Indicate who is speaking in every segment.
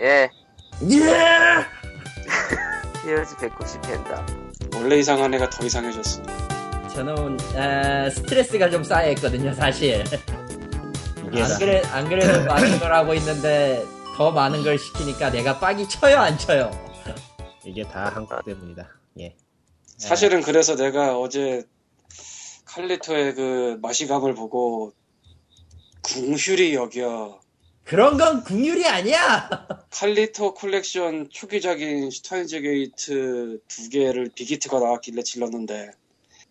Speaker 1: 예,
Speaker 2: 예!
Speaker 1: 히어로즈 190펜다.
Speaker 3: 원래 이상한 애가 더 이상해졌어.
Speaker 4: 저는 에, 스트레스가 좀 쌓여있거든요 사실
Speaker 2: 이게
Speaker 4: 안, 그래, 안 그래도 많은 걸 하고 있는데 더 많은 걸 시키니까 내가 빡이 쳐요 안
Speaker 1: 아,
Speaker 4: 쳐요
Speaker 2: 다- 이게 다 한국 때문이다. 예.
Speaker 3: 사실은 그래서 내가 어제 칼리토의 그 마시감을 보고 궁휼이 여겨
Speaker 4: 그런 건 국률이 아니야
Speaker 3: 칼리토 콜렉션 초기작인 슈타인즈 게이트 두 개를 빅히트가 나왔길래 질렀는데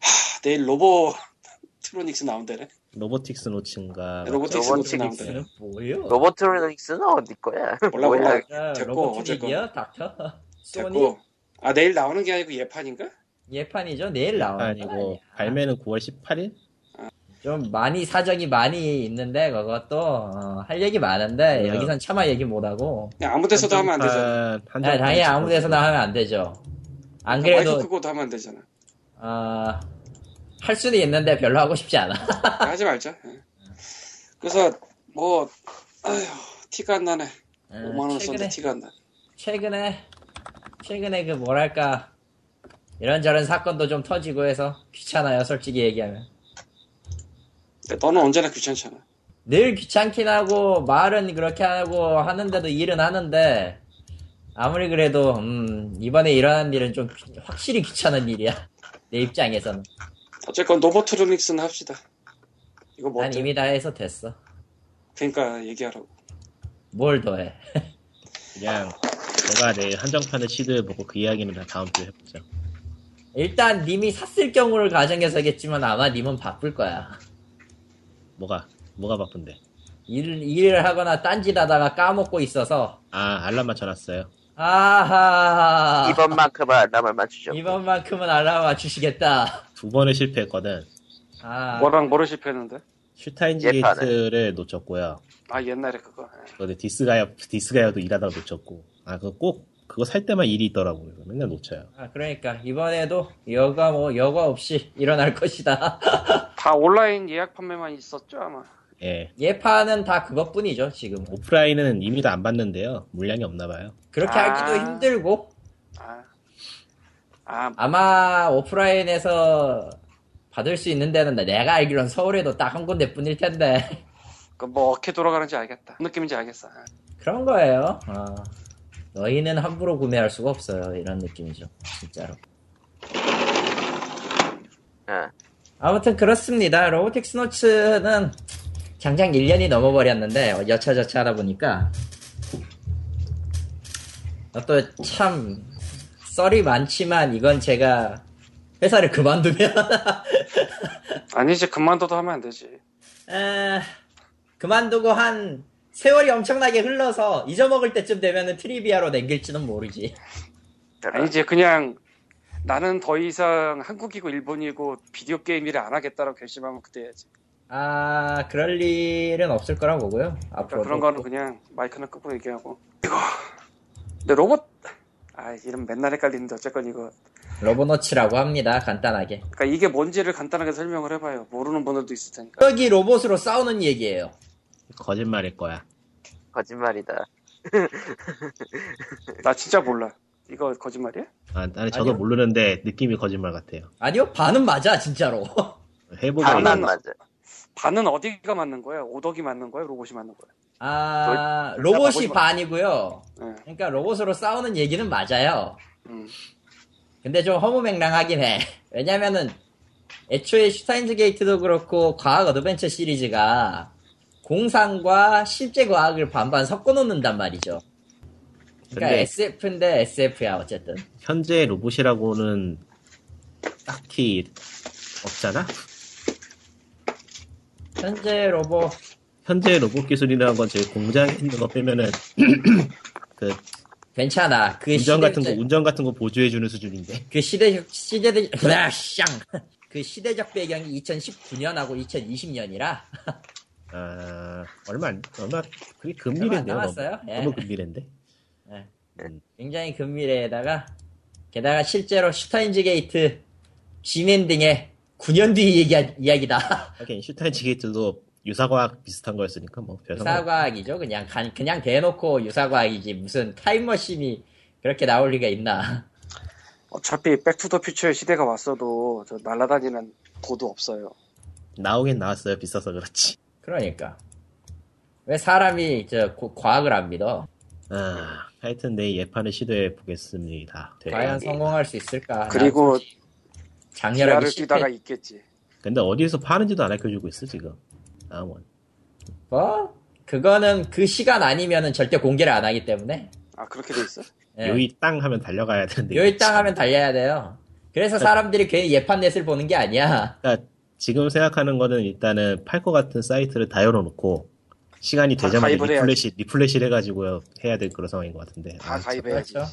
Speaker 3: 하, 내일 로보 트로닉스 나온다네
Speaker 2: 로보틱스 노친가
Speaker 3: 로보틱스
Speaker 1: 로봇
Speaker 3: 노트 나온다네
Speaker 4: 이거는 아, 뭐예요?
Speaker 1: 로보트로닉스는 어디 거야?
Speaker 3: 몰라 몰라
Speaker 4: 아,
Speaker 3: 됐고,
Speaker 4: 로보틱이요? 닥터? 소니?
Speaker 3: 됐고 아 내일 나오는 게 아니고 예판인가?
Speaker 4: 예판이죠? 내일 나오는
Speaker 2: 아니고
Speaker 4: 거 아니야.
Speaker 2: 발매는 9월 18일?
Speaker 4: 좀 많이 사정이 많이 있는데 그것도 어, 할 얘기 많은데
Speaker 2: 그래요.
Speaker 4: 여기선 차마 얘기 못하고
Speaker 3: 그냥 아무 데서도 하면 안 되잖아
Speaker 2: 한
Speaker 4: 아, 당연히 아무 데서나 하면 안 되죠 안
Speaker 3: 마이크
Speaker 4: 그래도
Speaker 3: 끄고도 하면 안 되잖아
Speaker 4: 어, 할 수는 있는데 별로 하고 싶지 않아
Speaker 3: 하지 말자 예. 그래서 뭐 아휴 티가 안 나네
Speaker 4: 어,
Speaker 3: 5만원 썼는데
Speaker 4: 최근에
Speaker 3: 티가 안 나.
Speaker 4: 최근에 최근에 그 뭐랄까 이런저런 사건도 좀 터지고 해서 귀찮아요 솔직히 얘기하면
Speaker 3: 근데 너는 언제나 귀찮잖아.
Speaker 4: 늘 귀찮긴 하고 말은 그렇게 하고 하는데도 일은 하는데 아무리 그래도 음, 이번에 일어난 일은 좀 확실히 귀찮은 일이야 내 입장에서는
Speaker 3: 어쨌건 노보트로닉스는 합시다. 이거 뭐
Speaker 4: 난
Speaker 3: 어때?
Speaker 4: 이미 다 해서 됐어
Speaker 3: 그러니까 얘기하라고.
Speaker 4: 뭘 더해
Speaker 2: 그냥 내가 내일 한정판을 시도해보고 그 이야기는 다 다음 주에 해보자.
Speaker 4: 일단 님이 샀을 경우를 가정해서겠지만 아마 님은 바쁠 거야
Speaker 2: 뭐가 뭐가 바쁜데?
Speaker 4: 일, 일을 하거나 딴짓하다가 까먹고 있어서
Speaker 2: 아 알람 맞춰놨어요.
Speaker 4: 아하
Speaker 1: 이번만큼은 안남을 맞추죠.
Speaker 4: 이번만큼은 알람 맞추시겠다.
Speaker 2: 두 번을 실패했거든.
Speaker 4: 아,
Speaker 3: 뭐랑 뭐를 실패했는데?
Speaker 2: 슈타인즈
Speaker 1: 예판에.
Speaker 2: 게이트를 놓쳤고요.
Speaker 3: 아 옛날에 그거. 예.
Speaker 2: 근데 디스가야 디스가야도 일하다가 놓쳤고. 아 그거 꼭 그거 살 때만 일이 있더라고요. 맨날 놓쳐요.
Speaker 4: 아, 그러니까 이번에도 여과 뭐 여과 없이 일어날 것이다.
Speaker 3: 다 온라인 예약 판매만 있었죠 아마.
Speaker 2: 예.
Speaker 4: 예판은 다 그것뿐이죠 지금.
Speaker 2: 오프라인은 이미 다 안 봤는데요. 물량이 없나 봐요.
Speaker 4: 그렇게
Speaker 3: 아.
Speaker 4: 하기도 힘들고
Speaker 3: 아. 아
Speaker 4: 아마 오프라인에서 받을 수 있는 데는 내가 알기론 서울에도 딱 한 군데뿐일 텐데
Speaker 3: 그뭐 어떻게 돌아가는지 알겠다. 무슨 느낌인지 알겠어. 예.
Speaker 4: 그런 거예요. 아, 너희는 함부로 구매할 수가 없어요 이런 느낌이죠 진짜로.
Speaker 1: 예.
Speaker 4: 아무튼 그렇습니다. 로보틱스 노츠는 장장 1년이 넘어버렸는데 여차저차 하다 보니까 어, 또 참 썰이 많지만 이건 제가 회사를 그만두면
Speaker 3: 아니지 그만둬도 하면 안 되지.
Speaker 4: 에, 그만두고 한 세월이 엄청나게 흘러서 잊어먹을 때쯤 되면은 트리비아로 남길지는 모르지.
Speaker 3: 아니지 그냥 나는 더 이상 한국이고 일본이고 비디오 게임 일을 안 하겠다라고 결심하면 그때 해야지.
Speaker 4: 아 그럴 일은 없을 거라 보고요.
Speaker 3: 그러니까
Speaker 4: 앞으로
Speaker 3: 그런 거는 그냥 마이크나 끄고 얘기하고. 이거. 근데 로봇. 아 이름 맨날 헷갈리는데 어쨌건 이거
Speaker 4: 로보노츠라고 합니다. 간단하게.
Speaker 3: 그러니까 이게 뭔지를 간단하게 설명을 해봐요. 모르는 분들도 있을 테니까.
Speaker 4: 여기 로봇으로 싸우는 얘기예요.
Speaker 2: 거짓말일 거야.
Speaker 1: 거짓말이다.
Speaker 3: 나 진짜 몰라. 이거 거짓말이야?
Speaker 2: 아, 나는 저도
Speaker 4: 아니요.
Speaker 2: 모르는데 느낌이 거짓말 같아요.
Speaker 4: 아니요 반은 맞아 진짜로.
Speaker 2: 해보고
Speaker 1: 반은
Speaker 2: 알아요.
Speaker 1: 맞아.
Speaker 3: 반은 어디가 맞는 거야? 오덕이 맞는 거야? 로봇이 맞는 거야?
Speaker 4: 아
Speaker 3: 둘- 둘다
Speaker 4: 로봇이
Speaker 3: 바보지 마.
Speaker 4: 반이고요.
Speaker 3: 예.
Speaker 4: 그러니까 로봇으로 싸우는 얘기는 맞아요.
Speaker 3: 음.
Speaker 4: 근데 좀 허무맹랑하긴 해. 왜냐면은 애초에 슈타인즈 게이트도 그렇고 과학 어드벤처 시리즈가 공상과 실제 과학을 반반 섞어 놓는단 말이죠. 그러니까
Speaker 2: 근데-
Speaker 4: SF인데 SF야 어쨌든.
Speaker 2: 현재 로봇이라고는 딱히 없잖아.
Speaker 4: 현재 로봇
Speaker 2: 현재 로봇 기술이라는 건 저희 공장에 있는 거 빼면은 그
Speaker 4: 괜찮아. 그
Speaker 2: 운전 같은 거
Speaker 4: 시대적-
Speaker 2: 운전 같은 거 보조해 주는 수준인데
Speaker 4: 그 시대적 시대적 으그 시대적 배경이 2019년하고 2020년이라
Speaker 2: 아 얼마 안 얼마 그게
Speaker 4: 얼마
Speaker 2: 금미래인데요
Speaker 4: 안
Speaker 2: 너무,
Speaker 4: 남았어요? 예.
Speaker 2: 너무 금미래인데
Speaker 4: 굉장히 금미래에다가 게다가 실제로 슈타인즈 게이트 지멘 등의 9년 뒤 얘기 이야기다.
Speaker 2: 하긴 슈타인즈 게이트도 유사과학 비슷한 거였으니까 뭐별 상관.
Speaker 4: 유사과학이죠. 그냥 간, 그냥 대놓고 유사과학이지 무슨 타임머신이 그렇게 나올 리가 있나.
Speaker 3: 어차피 백투더퓨처의 시대가 왔어도 저 날아다니는 고도 없어요.
Speaker 2: 나오긴 나왔어요. 비싸서 그렇지.
Speaker 4: 그러니까 왜 사람이 저 고- 과학을 안 믿어?
Speaker 2: 아, 하여튼 내 예판을 시도해 보겠습니다. 네.
Speaker 4: 과연 성공할 수 있을까?
Speaker 3: 그리고
Speaker 4: 장렬하게
Speaker 3: 기아를
Speaker 4: 아, 실패.
Speaker 3: 뛰다가 있겠지.
Speaker 2: 근데 어디에서 파는지도 안 알려주고 있어 지금. 아원.
Speaker 4: 뭐 그거는 그 시간 아니면은 절대 공개를 안 하기 때문에.
Speaker 3: 아 그렇게 돼 있어?
Speaker 4: 예.
Speaker 2: 요이 땅 하면 달려가야 되는데.
Speaker 4: 요일 땅 하면 달려야 돼요. 그래서
Speaker 2: 네.
Speaker 4: 사람들이 괜히 예판넷을 보는 게 아니야.
Speaker 2: 그러니까 지금 생각하는 거는 일단은 팔 것 같은 사이트를 다 열어놓고 시간이
Speaker 3: 다
Speaker 2: 되자마자
Speaker 3: 가입을 해야지.
Speaker 2: 리플래시 리플래시를 해가지고 해야 될 그런 상황인 것 같은데.
Speaker 3: 다
Speaker 2: 아, 참,
Speaker 3: 가입해야지.
Speaker 4: 그렇죠.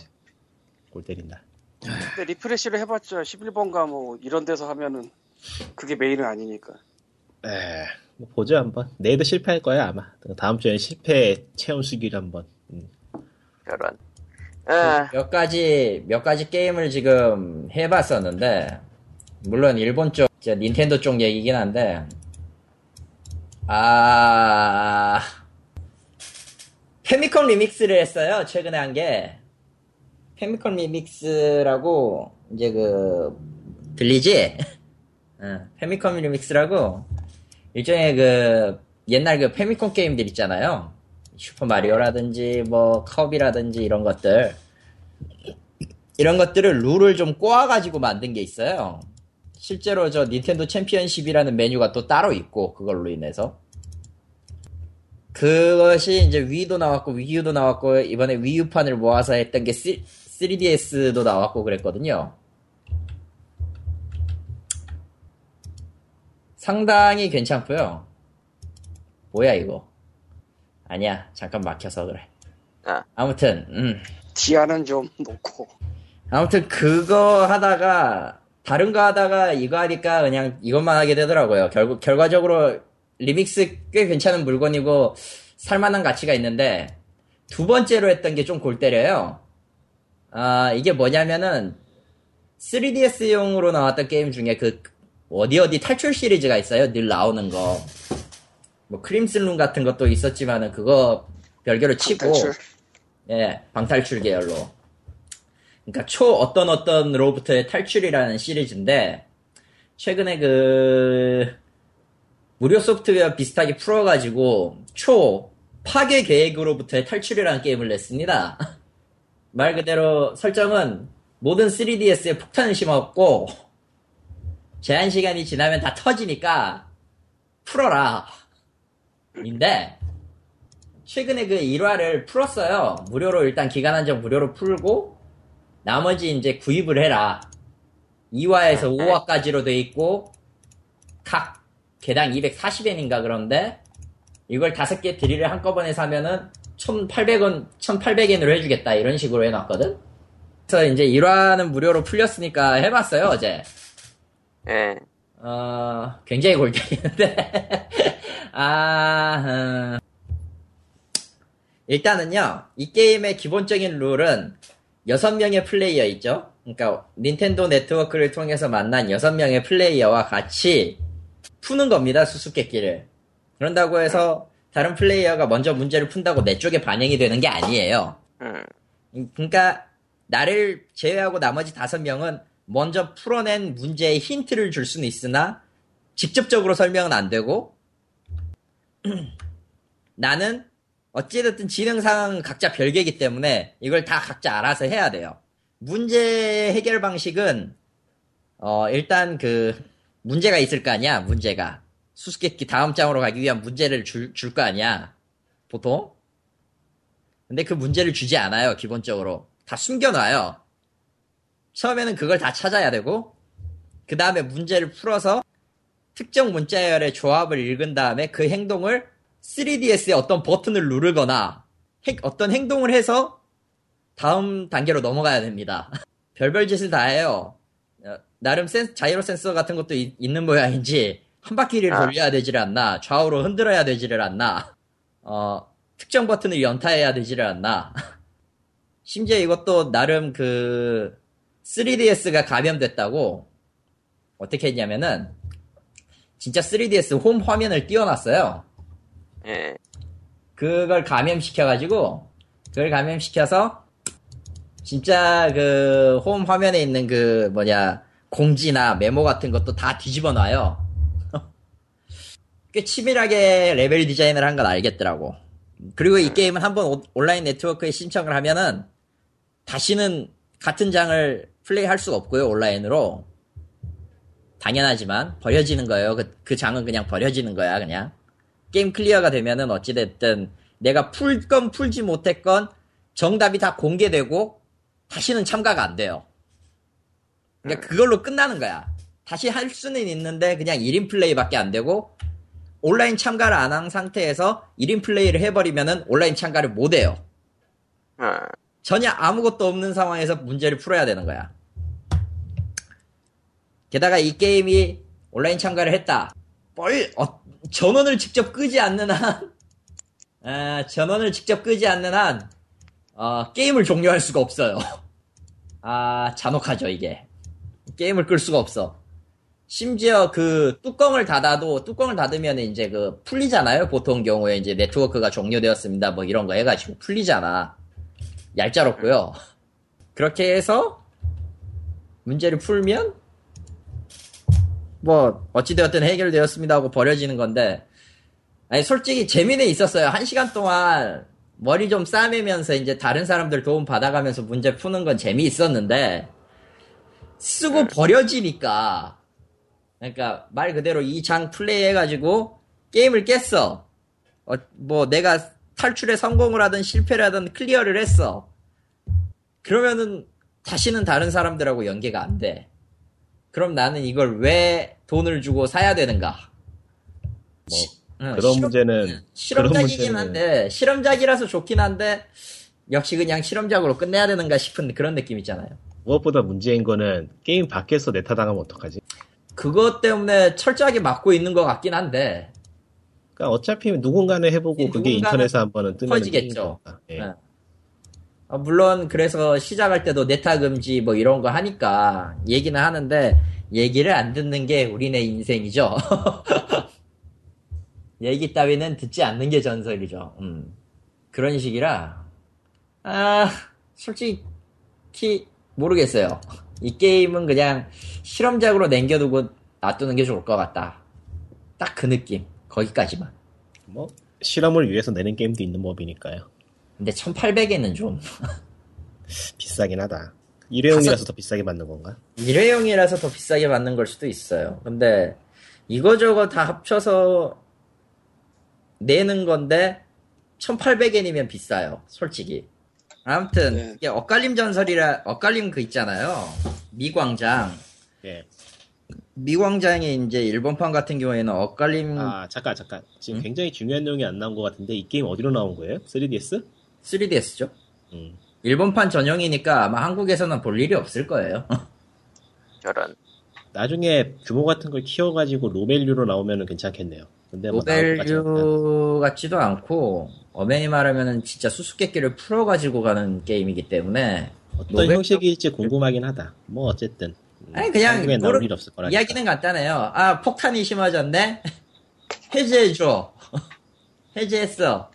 Speaker 2: 골 때린다.
Speaker 3: 근데 리프레시를 해봤자 11번가 뭐 이런 데서 하면은 그게 메인은 아니니까.
Speaker 2: 에, 뭐 보죠 한번. 내일도 실패할 거야 아마. 다음 주에 실패 체험 수기를 한번. 음.
Speaker 1: 저런. 아,
Speaker 4: 몇 가지 몇 가지 게임을 지금 해봤었는데 물론 일본 쪽 이제 닌텐도 쪽 얘기긴 한데 아 페미컴 리믹스를 했어요 최근에 한 게 페미컴 리믹스라고 이제 그 들리지? 응, 페미컴 리믹스라고 일종의 그 옛날 그 페미컴 게임들 있잖아요 슈퍼 마리오라든지 뭐 컵이라든지 이런 것들 이런 것들을 룰을 좀 꼬아가지고 만든 게 있어요. 실제로 저 닌텐도 챔피언십이라는 메뉴가 또 따로 있고 그걸로 인해서 그것이 이제 위도 나왔고 위유도 나왔고 이번에 위유판을 모아서 했던 게 3, 3DS도 나왔고 그랬거든요. 상당히 괜찮고요. 뭐야 이거? 아니야 잠깐 막혀서 그래.
Speaker 1: 아.
Speaker 4: 아무튼 음.
Speaker 3: 디아는 좀 놓고
Speaker 4: 어. 아무튼 그거 하다가 다른 거 하다가 이거 하니까 그냥 이것만 하게 되더라고요. 결국 결과적으로 리믹스 꽤 괜찮은 물건이고 살만한 가치가 있는데 두 번째로 했던 게 좀 골 때려요. 아 이게 뭐냐면은 3DS용으로 나왔던 게임 중에 그 어디 어디 탈출 시리즈가 있어요. 늘 나오는 거. 뭐 크림슨 룸 같은 것도 있었지만은 그거 별개로 치고
Speaker 3: 탈출.
Speaker 4: 예, 방탈출 계열로. 그러니까 초 어떤 어떤로부터의 탈출이라는 시리즈인데 최근에 그 무료 소프트웨어 비슷하게 풀어가지고 초 파괴 계획으로부터의 탈출이라는 게임을 냈습니다. 말 그대로 설정은 모든 3DS에 폭탄을 심었고 제한 시간이 지나면 다 터지니까 풀어라. 인데 최근에 그 1화를 풀었어요. 무료로 일단 기간 한정 무료로 풀고 나머지 이제 구입을 해라. 2화에서 5화까지로 돼 있고 각 개당 240엔인가 그런데 이걸 다섯 개 드릴을 한꺼번에 사면은 1,800원, 1,800엔으로 해주겠다 이런 식으로 해놨거든. 그래서 이제 1화는 무료로 풀렸으니까 해봤어요 어제.
Speaker 1: 예.
Speaker 4: 어, 굉장히 골격이는데. 아, 음. 일단은요, 이 게임의 기본적인 룰은 6명의 플레이어 있죠? 그러니까 닌텐도 네트워크를 통해서 만난 6명의 플레이어와 같이 푸는 겁니다, 수수께끼를. 그런다고 해서 다른 플레이어가 먼저 문제를 푼다고 내 쪽에 반영이 되는 게 아니에요.
Speaker 1: 음.
Speaker 4: 그러니까 나를 제외하고 나머지 다섯 명은 먼저 풀어낸 문제의 힌트를 줄 수는 있으나 직접적으로 설명은 안 되고 나는 어찌됐든 지능 상황은 각자 별개이기 때문에 이걸 다 각자 알아서 해야 돼요. 문제 해결 방식은 어, 일단 그 문제가 있을 거 아니야 문제가 수수께끼 다음 장으로 가기 위한 문제를 줄 줄 거 아니야 보통 근데 그 문제를 주지 않아요, 기본적으로. 다 숨겨놔요. 처음에는 그걸 다 찾아야 되고, 그 다음에 문제를 풀어서 특정 문자열의 조합을 읽은 다음에 그 행동을 3DS의 어떤 버튼을 누르거나 행- 어떤 행동을 해서 다음 단계로 넘어가야 됩니다. 별별 짓을 다 해요. 어, 나름 센- 자이로 센서 같은 것도 이- 있는 모양인지 한 바퀴를
Speaker 1: 아.
Speaker 4: 돌려야 되지를 않나, 좌우로 흔들어야 되지를 않나, 어, 특정 버튼을 연타해야 되지를 않나. 심지어 이것도 나름 그 3DS가 감염됐다고 어떻게 했냐면은 진짜 3DS 홈 화면을 띄워놨어요.
Speaker 1: 예.
Speaker 4: 그걸 감염시켜가지고, 그걸 감염시켜서, 진짜 그 홈 화면에 있는 그 뭐냐, 공지나 메모 같은 것도 다 뒤집어 놔요. 꽤 치밀하게 레벨 디자인을 한 건 알겠더라고. 그리고 이 게임은 한번 오- 온라인 네트워크에 신청을 하면은, 다시는 같은 장을 플레이할 수가 없고요, 온라인으로. 당연하지만, 버려지는 거예요. 그, 그 장은 그냥 버려지는 거야, 그냥. 게임 클리어가 되면은 어찌됐든 내가 풀건 풀지 못했건 정답이 다 공개되고 다시는 참가가 안 돼요. 그러니까 그걸로 끝나는 거야. 다시 할 수는 있는데 그냥 1인 플레이밖에 안 되고 온라인 참가를 안 한 상태에서 1인 플레이를 해버리면은 온라인 참가를 못 해요.
Speaker 1: 어.
Speaker 4: 전혀 아무것도 없는 상황에서 문제를 풀어야 되는 거야. 게다가 이 게임이 온라인 참가를 했다. 뻘, 어, 전원을 직접 끄지 않는 한, 아, 전원을 직접 끄지 않는 한, 어, 게임을 종료할 수가 없어요. 아, 잔혹하죠, 이게. 게임을 끌 수가 없어. 심지어 그 뚜껑을 닫아도, 뚜껑을 닫으면 이제 그 풀리잖아요? 보통 경우에 이제 네트워크가 종료되었습니다. 뭐 이런 거 해가지고 풀리잖아. 얄짤없고요. 그렇게 해서 문제를 풀면 뭐 어찌되었든 해결되었습니다 하고 버려지는 건데 아니 솔직히 재미는 있었어요. 한 시간 동안 머리 좀 싸매면서 이제 다른 사람들 도움 받아가면서 문제 푸는 건 재미있었는데 쓰고 버려지니까 그러니까 말 그대로 이 장 플레이해가지고 게임을 깼어. 어, 뭐 내가 탈출에 성공을 하든 실패를 하든 클리어를 했어. 그러면은 다시는 다른 사람들하고 연계가 안 돼. 그럼 나는 이걸 왜 돈을 주고 사야 되는가?
Speaker 2: 뭐,
Speaker 4: 시- 응,
Speaker 2: 그런
Speaker 4: 실험-
Speaker 2: 문제는
Speaker 4: 실험작이긴 한데 실험작이라서 좋긴 한데 역시 그냥 실험작으로 끝내야 되는가 싶은 그런 느낌 있잖아요.
Speaker 2: 무엇보다 문제인 거는 게임 밖에서 내타 당하면 어떡하지?
Speaker 4: 그것 때문에 철저하게 막고 있는 것 같긴 한데
Speaker 2: 그러니까 어차피 누군가는 해보고 그게
Speaker 4: 누군가는
Speaker 2: 인터넷에 한 번은 뜨면
Speaker 4: 퍼지겠죠.
Speaker 2: 예.
Speaker 4: 네. 아, 물론 그래서 시작할 때도 네타 금지 뭐 이런 거 하니까 얘기는 하는데 얘기를 안 듣는 게 우리네 인생이죠. 얘기 따위는 듣지 않는 게 전설이죠. 음. 그런 식이라 아 솔직히 모르겠어요. 이 게임은 그냥 실험작으로 남겨두고 놔두는 게 좋을 것 같다. 딱 그 느낌 거기까지만.
Speaker 2: 뭐 실험을 위해서 내는 게임도 있는 법이니까요.
Speaker 4: 근데 1800에는 좀
Speaker 2: 비싸긴 하다. 일회용이라서 더 비싸게 받는 건가?
Speaker 4: 일회용이라서 더 비싸게 받는 걸 수도 있어요. 근데 이거저거 다 합쳐서 내는 건데 1800엔이면 비싸요. 솔직히. 아무튼
Speaker 3: 네.
Speaker 4: 이게 엇갈림 전설이라 엇갈림 그 있잖아요. 미광장.
Speaker 2: 예.
Speaker 4: 미광장이 이제 일본판 같은 경우에는 엇갈림
Speaker 2: 아 잠깐 잠깐. 지금
Speaker 4: 음?
Speaker 2: 굉장히 중요한 내용이 안 나온 것 같은데 이 게임 어디로 나온 거예요? 3DS?
Speaker 4: 3DS죠.
Speaker 2: 음.
Speaker 4: 일본판 전용이니까 아마 한국에서는 볼 일이 없을 거예요.
Speaker 1: 저런.
Speaker 2: 나중에 규모 같은 걸 키워가지고 로벨류로 나오면은 괜찮겠네요. 근데 뭐 나올 것 같지 않다.
Speaker 4: 노벨류 같지도 않고 엄연히 말하면은 진짜 수수께끼를 풀어가지고 가는 게임이기 때문에
Speaker 2: 어떤
Speaker 4: 노벨-
Speaker 2: 형식일지 궁금하긴 하다. 뭐 어쨌든 음,
Speaker 4: 아니, 그냥
Speaker 2: 한국엔 나올
Speaker 4: 노르-
Speaker 2: 일 없을 거라.
Speaker 4: 이야기는 간단해요. 아 폭탄이 심어졌네. 해제해줘. 해제했어.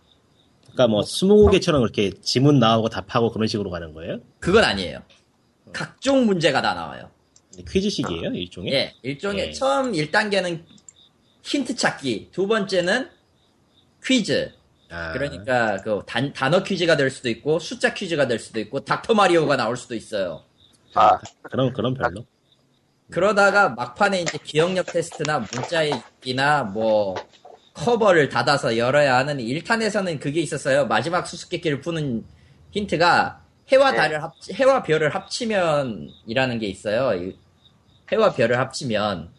Speaker 2: 그러니까 뭐 스무고개처럼 그렇게 지문 나오고 답하고 그런 식으로 가는 거예요?
Speaker 4: 그건 아니에요. 각종 문제가 다 나와요.
Speaker 2: 퀴즈식이에요 일종의?
Speaker 4: 예, 일종의
Speaker 2: 예.
Speaker 4: 처음 1단계는 힌트 찾기, 두 번째는 퀴즈.
Speaker 2: 아,
Speaker 4: 그러니까 그 단, 단어 퀴즈가 될 수도 있고 숫자 퀴즈가 될 수도 있고 닥터 마리오가 나올 수도 있어요.
Speaker 1: 아,
Speaker 2: 그럼 그럼 별로.
Speaker 4: 그러다가 막판에 이제 기억력 테스트나 문자 읽기나 뭐 커버를 닫아서 열어야 하는 1탄에서는 그게 있었어요. 마지막 수수께끼를 푸는 힌트가 해와 달을 합 해와 별을 합치면이라는 게 있어요. 이- 해와 별을 합치면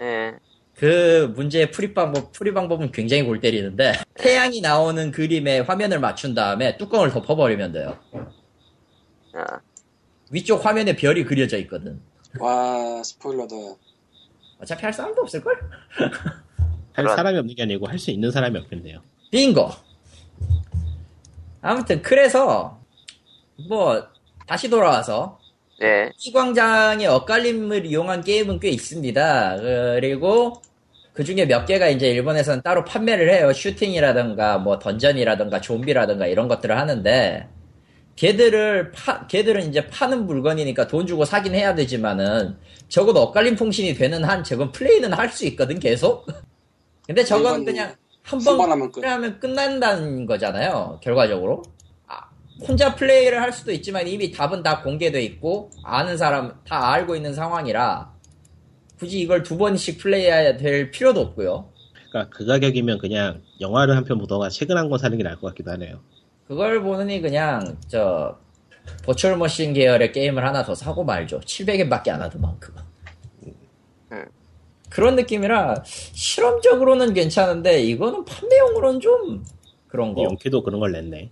Speaker 1: 예.
Speaker 4: 그 문제의 풀이 방법 풀이 방법은 굉장히 골 때리는데 태양이 나오는 그림에 화면을 맞춘 다음에 뚜껑을 덮어버리면 돼요.
Speaker 1: 아,
Speaker 4: 위쪽 화면에 별이 그려져 있거든.
Speaker 3: 와 스포일러다.
Speaker 4: 어차피 할 사람도 없을걸?
Speaker 2: 할
Speaker 1: 그런-
Speaker 2: 사람이 없는 게 아니고 할 수 있는 사람이 없겠네요.
Speaker 4: 빙고. 아무튼 그래서 뭐 다시 돌아와서
Speaker 1: 예.
Speaker 4: 이 광장의 엇갈림을 이용한 게임은 꽤 있습니다. 그리고 그 중에 몇 개가 이제 일본에서는 따로 판매를 해요. 슈팅이라든가 뭐 던전이라든가 좀비라든가 이런 것들을 하는데 걔들을 파, 걔들은 이제 파는 물건이니까 돈 주고 사긴 해야 되지만은 적어도 엇갈림 통신이 되는 한 적은 플레이는 할 수 있거든 계속. 근데 저건
Speaker 3: 일본이
Speaker 4: 그냥 한번
Speaker 3: 한번 하면 끝.
Speaker 4: 하면 끝난다는 거잖아요. 결과적으로. 아, 혼자 플레이를 할 수도 있지만 이미 답은 다 공개돼 있고 아는 사람 다 알고 있는 상황이라 굳이 이걸 두 번씩 플레이해야 될 필요도 없고요.
Speaker 2: 그러니까 그 가격이면 그냥 영화를 한 편 보다가 최근 한 권 사는 게 나을 것 같기도 하네요.
Speaker 4: 그걸 보느니 그냥 저 버추얼 머신 계열의 게임을 하나 더 사고 말죠. 700엔밖에 안 하더만 그거.
Speaker 3: 네.
Speaker 1: 음.
Speaker 4: 그런 느낌이라 실험적으로는 괜찮은데 이거는 판매용으로는 좀 그런 거.
Speaker 2: 영키도 그런 걸 냈네.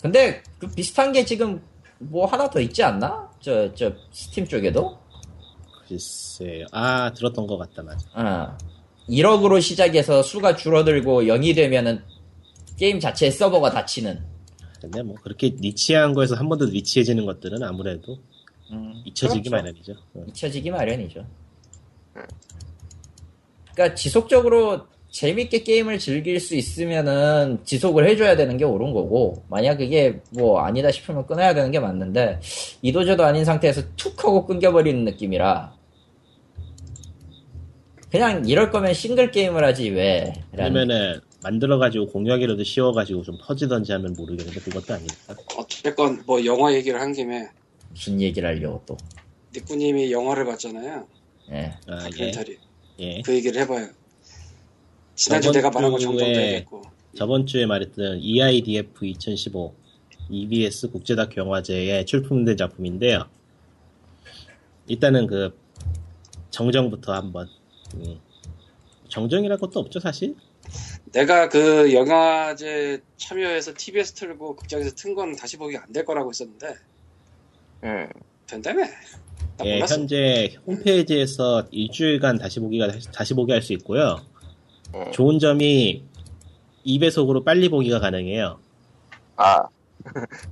Speaker 4: 근데 그 비슷한 게 지금 뭐 하나 더 있지 않나? 저, 저 스팀 쪽에도?
Speaker 2: 글쎄, 아 들었던 것 같다 맞아.
Speaker 4: 어. 1억으로 시작해서 수가 줄어들고 0이 되면은 게임 자체의 서버가 닫히는.
Speaker 2: 근데 뭐 그렇게 니치한 거에서 한 번 더 니치해지는 것들은 아무래도
Speaker 4: 음,
Speaker 2: 잊혀지기
Speaker 4: 그렇죠.
Speaker 2: 마련이죠. 어.
Speaker 4: 잊혀지기 마련이죠. 그러니까 지속적으로 재밌게 게임을 즐길 수 있으면은 지속을 해줘야 되는 게 옳은 거고 만약 그게 뭐 아니다 싶으면 끊어야 되는 게 맞는데 이도저도 아닌 상태에서 툭 하고 끊겨버리는 느낌이라 그냥 이럴 거면 싱글 게임을 하지 왜? 라는
Speaker 2: 그러면은 만들어가지고 공략이라도 씌워가지고 좀 퍼지던지 하면 모르겠는데 그것도 아니니까.
Speaker 3: 어쨌건 뭐 영화 얘기를 한 김에
Speaker 4: 무슨 얘기를 하려고 또
Speaker 3: 니꾸님이 영화를 봤잖아요.
Speaker 4: 예.
Speaker 2: 아, 예,
Speaker 3: 다큐멘터리.
Speaker 2: 예.
Speaker 3: 그 얘기를 해봐요. 지난주
Speaker 2: 저번
Speaker 3: 내가 말한 거 정도
Speaker 2: 주에-
Speaker 3: 되겠고.
Speaker 2: 저번 주에 말했던 E EIDF 2015 EBS E 국제다큐 영화제에 출품된 작품인데요. 일단은 그 정정부터 한번. 음. 정정이란 것도 없죠 사실.
Speaker 3: 내가 그 영화제 참여해서 TBS 틀고 극장에서 튼 건 다시 보기 안 될 거라고 했었는데
Speaker 1: 음.
Speaker 3: 된다며. 나
Speaker 2: 예,
Speaker 3: 몰랐어.
Speaker 2: 현재 홈페이지에서 일주일간 다시 보기가 다시 보기 할 수 있고요.
Speaker 1: 음.
Speaker 2: 좋은 점이 2배속으로 빨리 보기가 가능해요.
Speaker 1: 아.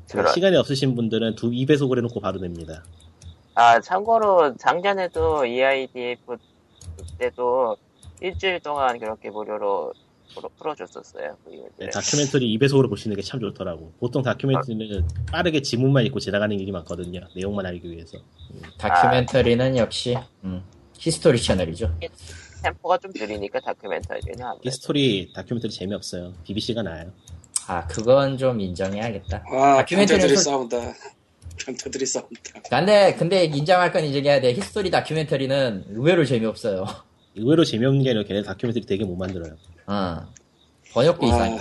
Speaker 1: 저런.
Speaker 2: 시간이 없으신 분들은 두 2배속으로 해놓고 바로 됩니다.
Speaker 1: 아, 참고로 작년에도 E EIDF 때도 일주일 동안 그렇게 무료로 풀어- 풀어줬었어요. 그
Speaker 2: 네,
Speaker 1: 이유들을.
Speaker 2: 다큐멘터리 2배속으로 보시는 게 참 좋더라고. 보통 다큐멘터리는 빠르게 지문만 읽고 지나가는 일이 많거든요. 내용만 알기 위해서.
Speaker 4: 다큐멘터리는 역시 음, 히스토리 채널이죠.
Speaker 1: 템포가 좀 느리니까 다큐멘터리는
Speaker 2: 이
Speaker 1: 아무래도.
Speaker 2: 스토리 다큐멘터리 재미없어요. BBC가 나아요.
Speaker 4: 아 그건 좀 인정해야겠다.
Speaker 3: 와,
Speaker 4: 다큐멘터리
Speaker 3: 변태들이
Speaker 4: 소리-
Speaker 3: 싸운다. 변태들이 싸운다.
Speaker 4: 근데 근데 인정할 건 인정해야 돼. 히스토리 다큐멘터리는 의외로 재미없어요.
Speaker 2: 의외로 재미없는 게 아니라 걔네 다큐멘터리 되게 못 만들어요.
Speaker 4: 어. 번역도
Speaker 3: 와.
Speaker 4: 이상해.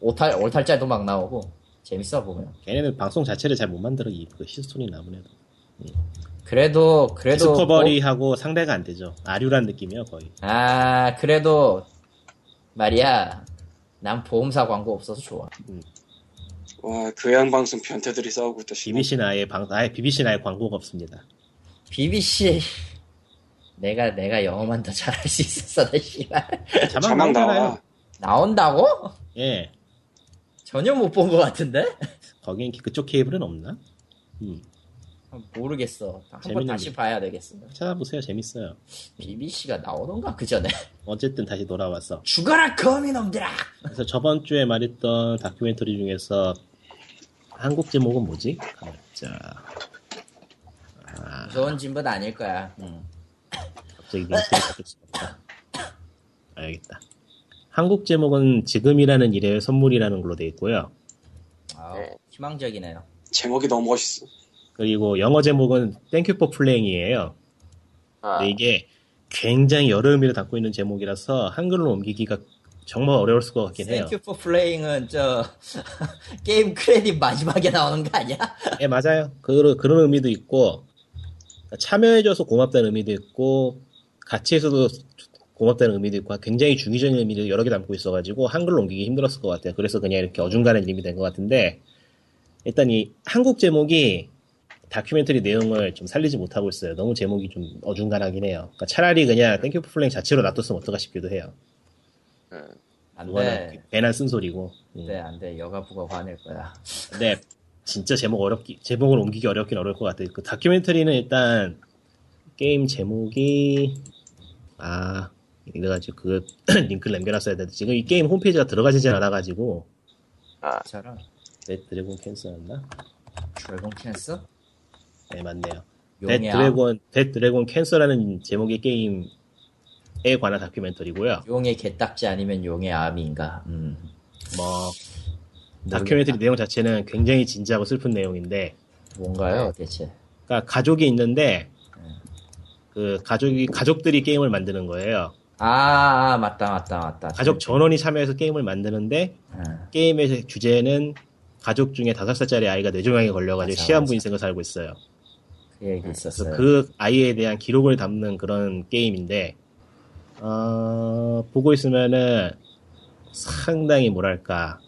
Speaker 4: 오탈 오탈짤도 막 나오고 재밌어 보면.
Speaker 2: 걔네는 방송 자체를 잘 못 만들어 이 히스토리는 아무래도.
Speaker 4: 그래도 그래도
Speaker 2: 디스커버리하고 상대가 안 되죠. 아류란 느낌이요 거의.
Speaker 4: 보- 아 그래도 말이야. 난 보험사 광고 없어서 좋아.
Speaker 3: 와, 교양방송 변태들이 싸우고 있다. 신문.
Speaker 2: BBC는 아예 방, 아예 BBC는 아예 광고가 없습니다.
Speaker 4: BBC 내가 내가 영어만 더 잘할 수 있었어, 내 씨발.
Speaker 2: 자막
Speaker 3: 자막
Speaker 2: 나오잖아요.
Speaker 3: 나와.
Speaker 4: 나온다고?
Speaker 2: 예,
Speaker 4: 전혀 못 본 것 같은데?
Speaker 2: 거긴 그쪽 케이블은 없나? 음,
Speaker 4: 모르겠어. 한번
Speaker 2: 재밌는
Speaker 4: 다시
Speaker 2: 게.
Speaker 4: 봐야 되겠어.
Speaker 2: 찾아보세요. 재밌어요.
Speaker 4: BBC가 나오던가 그 전에.
Speaker 2: 어쨌든 다시 돌아와서
Speaker 4: 죽어라 거미놈들아.
Speaker 2: 그래서 저번 주에 말했던 다큐멘터리 중에서 한국 제목은 뭐지? 자,
Speaker 4: 무서운 진분 아닐 거야.
Speaker 2: 음.
Speaker 4: 응.
Speaker 2: 갑자기 멘트를 바꿀 수 없다. 알겠다. 한국 제목은 지금이라는 일의 선물이라는 걸로 돼 있고요.
Speaker 4: 아우,
Speaker 1: 네.
Speaker 4: 희망적이네요.
Speaker 3: 제목이 너무 멋있어.
Speaker 2: 그리고 영어 제목은 Thank you for playing이에요.
Speaker 1: 아,
Speaker 2: 근데 네, 이게 굉장히 여러 의미를 담고 있는 제목이라서 한글로 옮기기가 정말 어려울 것 같긴 해요.
Speaker 4: Thank you for playing은 저 게임 크레딧 마지막에 나오는 거 아니야?
Speaker 2: 예, 맞아요. 그, 그런 의미도 있고, 참여해줘서 고맙다는 의미도 있고, 같이 해서도 고맙다는 의미도 있고, 굉장히 중의적인 의미를 여러 개 담고 있어가지고, 한글로 옮기기 힘들었을 것 같아요. 그래서 그냥 이렇게 어중간한 이름이 된 것 같은데, 일단 이 한국 제목이 다큐멘터리 내용을 좀 살리지 못하고 있어요. 너무 제목이 좀 어중간하긴 해요. 그러니까 차라리 그냥 땡큐 플랭 자체로 놔뒀으면 어떨까 싶기도 해요.
Speaker 4: 아,
Speaker 2: 그거는
Speaker 4: 안돼,
Speaker 2: 배난 쓴소리고. 음.
Speaker 4: 안돼, 안돼. 여가부가 화낼 거야.
Speaker 2: 근데 진짜 제목 어렵기 제목을 옮기기 어렵긴 어려울 것 같아요. 그 다큐멘터리는 일단 게임 제목이 아 이래가지고 그 링크를 남겨놨어야 되는데 지금 이 게임 홈페이지가 들어가지질 않아가지고
Speaker 1: 아,
Speaker 4: 저런
Speaker 2: 네, 드래곤 캔슬했나?
Speaker 4: 드래곤 캔슬?
Speaker 2: 네 맞네요. 데
Speaker 4: 용의 암,
Speaker 2: 드래곤 데 드래곤 캔슬하는 제목의 게임에 관한 다큐멘터리고요.
Speaker 4: 용의 개딱지 아니면 용의 암인가? 음.
Speaker 2: 뭐
Speaker 4: 모르겠다.
Speaker 2: 다큐멘터리 내용 자체는 굉장히 진지하고 슬픈 내용인데,
Speaker 4: 뭔가요 대체?
Speaker 2: 그러니까 가족이 있는데 그 가족이 가족들이 게임을 만드는 거예요.
Speaker 4: 아, 아 맞다 맞다 맞다.
Speaker 2: 가족 전원이 참여해서 게임을 만드는데
Speaker 4: 아,
Speaker 2: 게임의 주제는 가족 중에 다섯 살짜리 아이가 뇌종양에 걸려가지고
Speaker 4: 맞아,
Speaker 2: 시한부
Speaker 4: 맞아.
Speaker 2: 인생을 살고 있어요.
Speaker 4: 그 얘기
Speaker 2: 그래서
Speaker 4: 있었어요.
Speaker 2: 그 아이에 대한 기록을 담는 그런 게임인데 어, 보고 있으면은 상당히 뭐랄까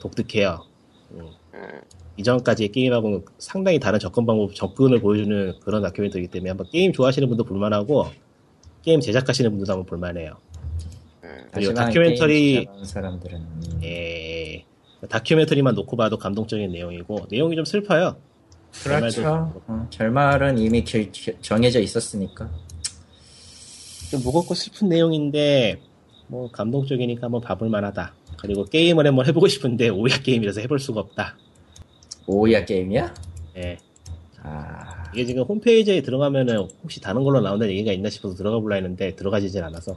Speaker 2: 독특해요. 음.
Speaker 1: 음,
Speaker 2: 이전까지의 게임하고는 상당히 다른 접근 방법, 접근을 보여주는 그런 다큐멘터리이기 때문에 한번 게임 좋아하시는 분도 볼만하고 게임 제작하시는 분도 한번 볼만해요. 그리고
Speaker 4: 마지막에
Speaker 2: 다큐멘터리-
Speaker 4: 게임 시작하는 사람들은 음,
Speaker 2: 예. 다큐멘터리만 놓고 봐도 감동적인 내용이고 내용이 좀 슬퍼요.
Speaker 4: 그렇죠. 어, 결말은 이미 길- 길- 정해져 있었으니까.
Speaker 2: 좀 무겁고 슬픈 내용인데 뭐 감동적이니까 한번 봐볼 만하다. 그리고 게임을 한번 해보고 싶은데 오야 게임이라서 해볼 수가 없다.
Speaker 4: 오야 게임이야?
Speaker 2: 예.
Speaker 4: 아,
Speaker 2: 이게 지금 홈페이지에 들어가면은 혹시 다른 걸로 나온다는 얘기가 있나 싶어서 들어가 보려 했는데 들어가지질 않아서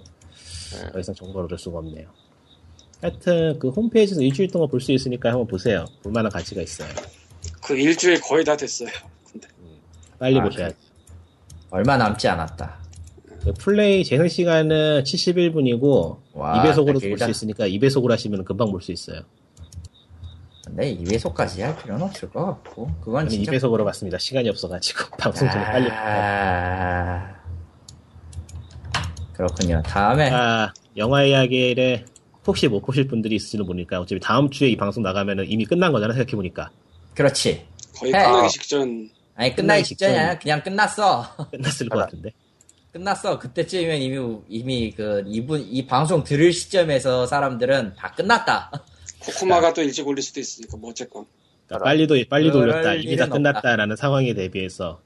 Speaker 4: 네.
Speaker 2: 더 이상 정보를 얻을 수가 없네요. 하여튼 그 홈페이지에서 일주일 동안 볼 수 있으니까 한번 보세요. 볼만한 가치가 있어요.
Speaker 3: 그 일주일 거의 다 됐어요. 근데
Speaker 2: 빨리
Speaker 4: 아,
Speaker 2: 보셔야 돼요.
Speaker 4: 얼마 남지 않았다.
Speaker 2: 그 플레이 재생 시간은 71분이고
Speaker 4: 와,
Speaker 2: 2배속으로
Speaker 4: 딱
Speaker 2: 볼
Speaker 4: 길다.
Speaker 2: 수 있으니까 2배속으로 하시면 금방 볼 수 있어요.
Speaker 4: 근데 2회소까지 할 필요는 없을 것 같고. 그건
Speaker 2: 저는
Speaker 4: 진짜.
Speaker 2: 2배속으로 봤습니다. 시간이 없어가지고 방송 전에 빨리.
Speaker 4: 아... 그렇군요. 다음에
Speaker 2: 아 영화 이야기를 혹시 못 보실 분들이 있을지는 모르니까 어차피 다음 주에 이 방송 나가면은 이미 끝난 거잖아 생각해 보니까
Speaker 4: 그렇지.
Speaker 3: 거의
Speaker 4: 해.
Speaker 3: 끝나기 직전
Speaker 4: 아니
Speaker 2: 끝나기
Speaker 4: 끝나기 직전이야.
Speaker 2: 직전.
Speaker 4: 그냥 끝났어.
Speaker 2: 끝났을 것 같은데.
Speaker 4: 끝났어. 그때쯤이면 이미 이미 그 이분 이 방송 들을 시점에서 사람들은 다 끝났다.
Speaker 3: 코코마가 또 일찍 올릴 수도 있으니까 뭐 어쨌건
Speaker 2: 그러니까 빨리도 빨리
Speaker 4: 그럴
Speaker 2: 돌렸다 이미
Speaker 4: 일은
Speaker 2: 다
Speaker 4: 없다.
Speaker 2: 끝났다라는 상황에 대비해서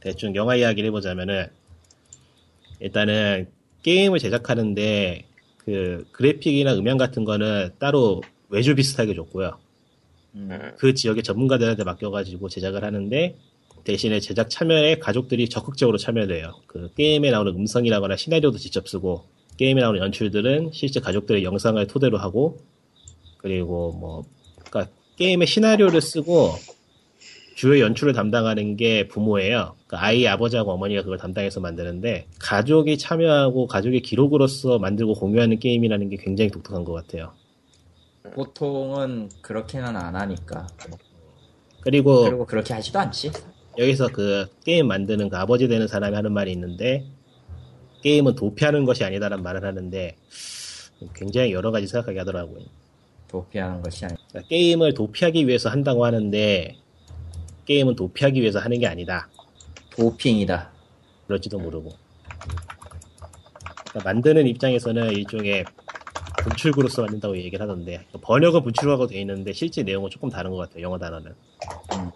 Speaker 2: 대충 영화 이야기를 해보자면은 일단은 게임을 제작하는데 그 그래픽이나 음향 같은 거는 따로 외주 비슷하게 줬고요.
Speaker 4: 음,
Speaker 2: 그 지역의 전문가들한테 맡겨가지고 제작을 하는데 대신에 제작 참여에 가족들이 적극적으로 참여돼요. 그 게임에 나오는 음성이라거나 시나리오도 직접 쓰고 게임에 나오는 연출들은 실제 가족들의 영상을 토대로 하고 그리고 뭐 그러니까 게임의 시나리오를 쓰고 주요 연출을 담당하는 게 부모예요. 그러니까 아이 아버지하고 어머니가 그걸 담당해서 만드는데 가족이 참여하고 가족의 기록으로서 만들고 공유하는 게임이라는 게 굉장히 독특한 것 같아요.
Speaker 4: 보통은 그렇게는 안 하니까.
Speaker 2: 그리고
Speaker 4: 그리고 그렇게 하지도 않지.
Speaker 2: 여기서 그 게임 만드는 그 아버지 되는 사람이 하는 말이 있는데 게임은 도피하는 것이 아니다라는 말을 하는데 굉장히 여러 가지 생각하게 하더라고요.
Speaker 4: 도피하는 것이 아니.
Speaker 2: 그러니까 게임을 도피하기 위해서 한다고 하는데 게임은 도피하기 위해서 하는 게 아니다.
Speaker 4: 도핑이다.
Speaker 2: 그럴지도 모르고. 그러니까 만드는 입장에서는 일종의 분출구로서 만든다고 얘기를 하던데 그러니까 번역은 분출하고 돼 있는데 실제 내용은 조금 다른 것 같아요. 영어 단어는.
Speaker 4: 음.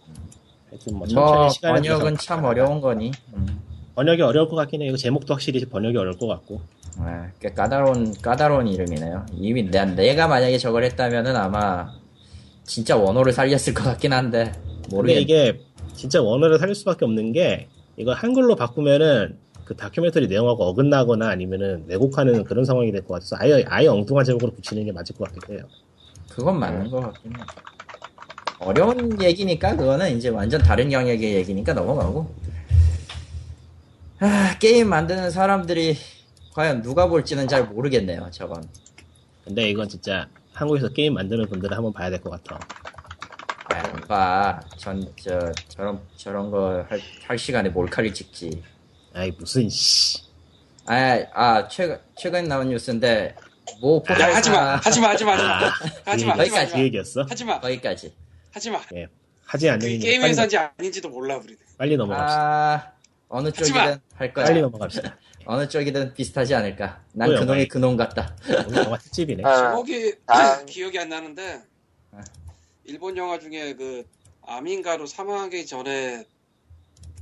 Speaker 2: 하여튼
Speaker 4: 뭐
Speaker 2: 뭐 천천히 시간을
Speaker 4: 번역은
Speaker 2: 들여서
Speaker 4: 참 어려운 거니. 음.
Speaker 2: 번역이 어려울 것 같긴 해요. 이거 제목도 확실히 번역이 어려울 것 같고.
Speaker 4: 아, 꽤 까다로운 까다로운 이름이네요. 이미 내, 내가 만약에 저걸 했다면은 아마 진짜 원호를 살렸을 것 같긴 한데
Speaker 2: 근데
Speaker 4: 모르겠.
Speaker 2: 이게 진짜 원어를 살릴 수밖에 없는 게 이거 한글로 바꾸면은 그 다큐멘터리 내용하고 어긋나거나 아니면은 왜곡하는 그런 상황이 될 것 같아서 아예 아예 엉뚱한 제목으로 붙이는 게 맞을 것 같기도 해요.
Speaker 4: 그건
Speaker 2: 네.
Speaker 4: 맞는 것 같긴 해. 어려운 얘기니까 그거는 이제 완전 다른 영역의 얘기니까 넘어가고. 아, 게임 만드는 사람들이 과연 누가 볼지는 잘 모르겠네요. 저건
Speaker 2: 근데 이건 진짜 한국에서 게임 만드는 분들을 한번 봐야 될 것 같아.
Speaker 4: 아빠 전저 저런 저런 거 할 할 시간에 몰카를 찍지.
Speaker 2: 아이 무슨 씨.
Speaker 4: 아, 아 최근 최근 나온 뉴스인데 뭐 포괄사
Speaker 3: 아, 야 하지마 하지마 하지마
Speaker 2: 아,
Speaker 3: 하지마 하지마
Speaker 2: 그 얘기-
Speaker 4: 하지 마.
Speaker 2: 그 얘기였어?
Speaker 3: 하지마
Speaker 4: 거기까지.
Speaker 3: 하지마 그
Speaker 2: 하지 않는
Speaker 3: 그게
Speaker 2: 일이니까
Speaker 3: 게임
Speaker 2: 네, 빨리,
Speaker 3: 회사인지 아닌지도 몰라 우리는
Speaker 2: 빨리 넘어갑시다.
Speaker 4: 아 어느 쪽이든
Speaker 3: 하지마.
Speaker 4: 할 거야.
Speaker 2: 빨리 넘어갑시다.
Speaker 4: 어느 쪽이든 비슷하지 않을까. 난
Speaker 2: 뭐야,
Speaker 4: 그놈이
Speaker 2: 뭐야.
Speaker 4: 그놈 같다.
Speaker 2: 오늘 영화 특집이네.
Speaker 1: 아,
Speaker 3: 제목이
Speaker 1: 아.
Speaker 3: 기억이 안 나는데 일본 영화 중에 그 아민가로 사망하기 전에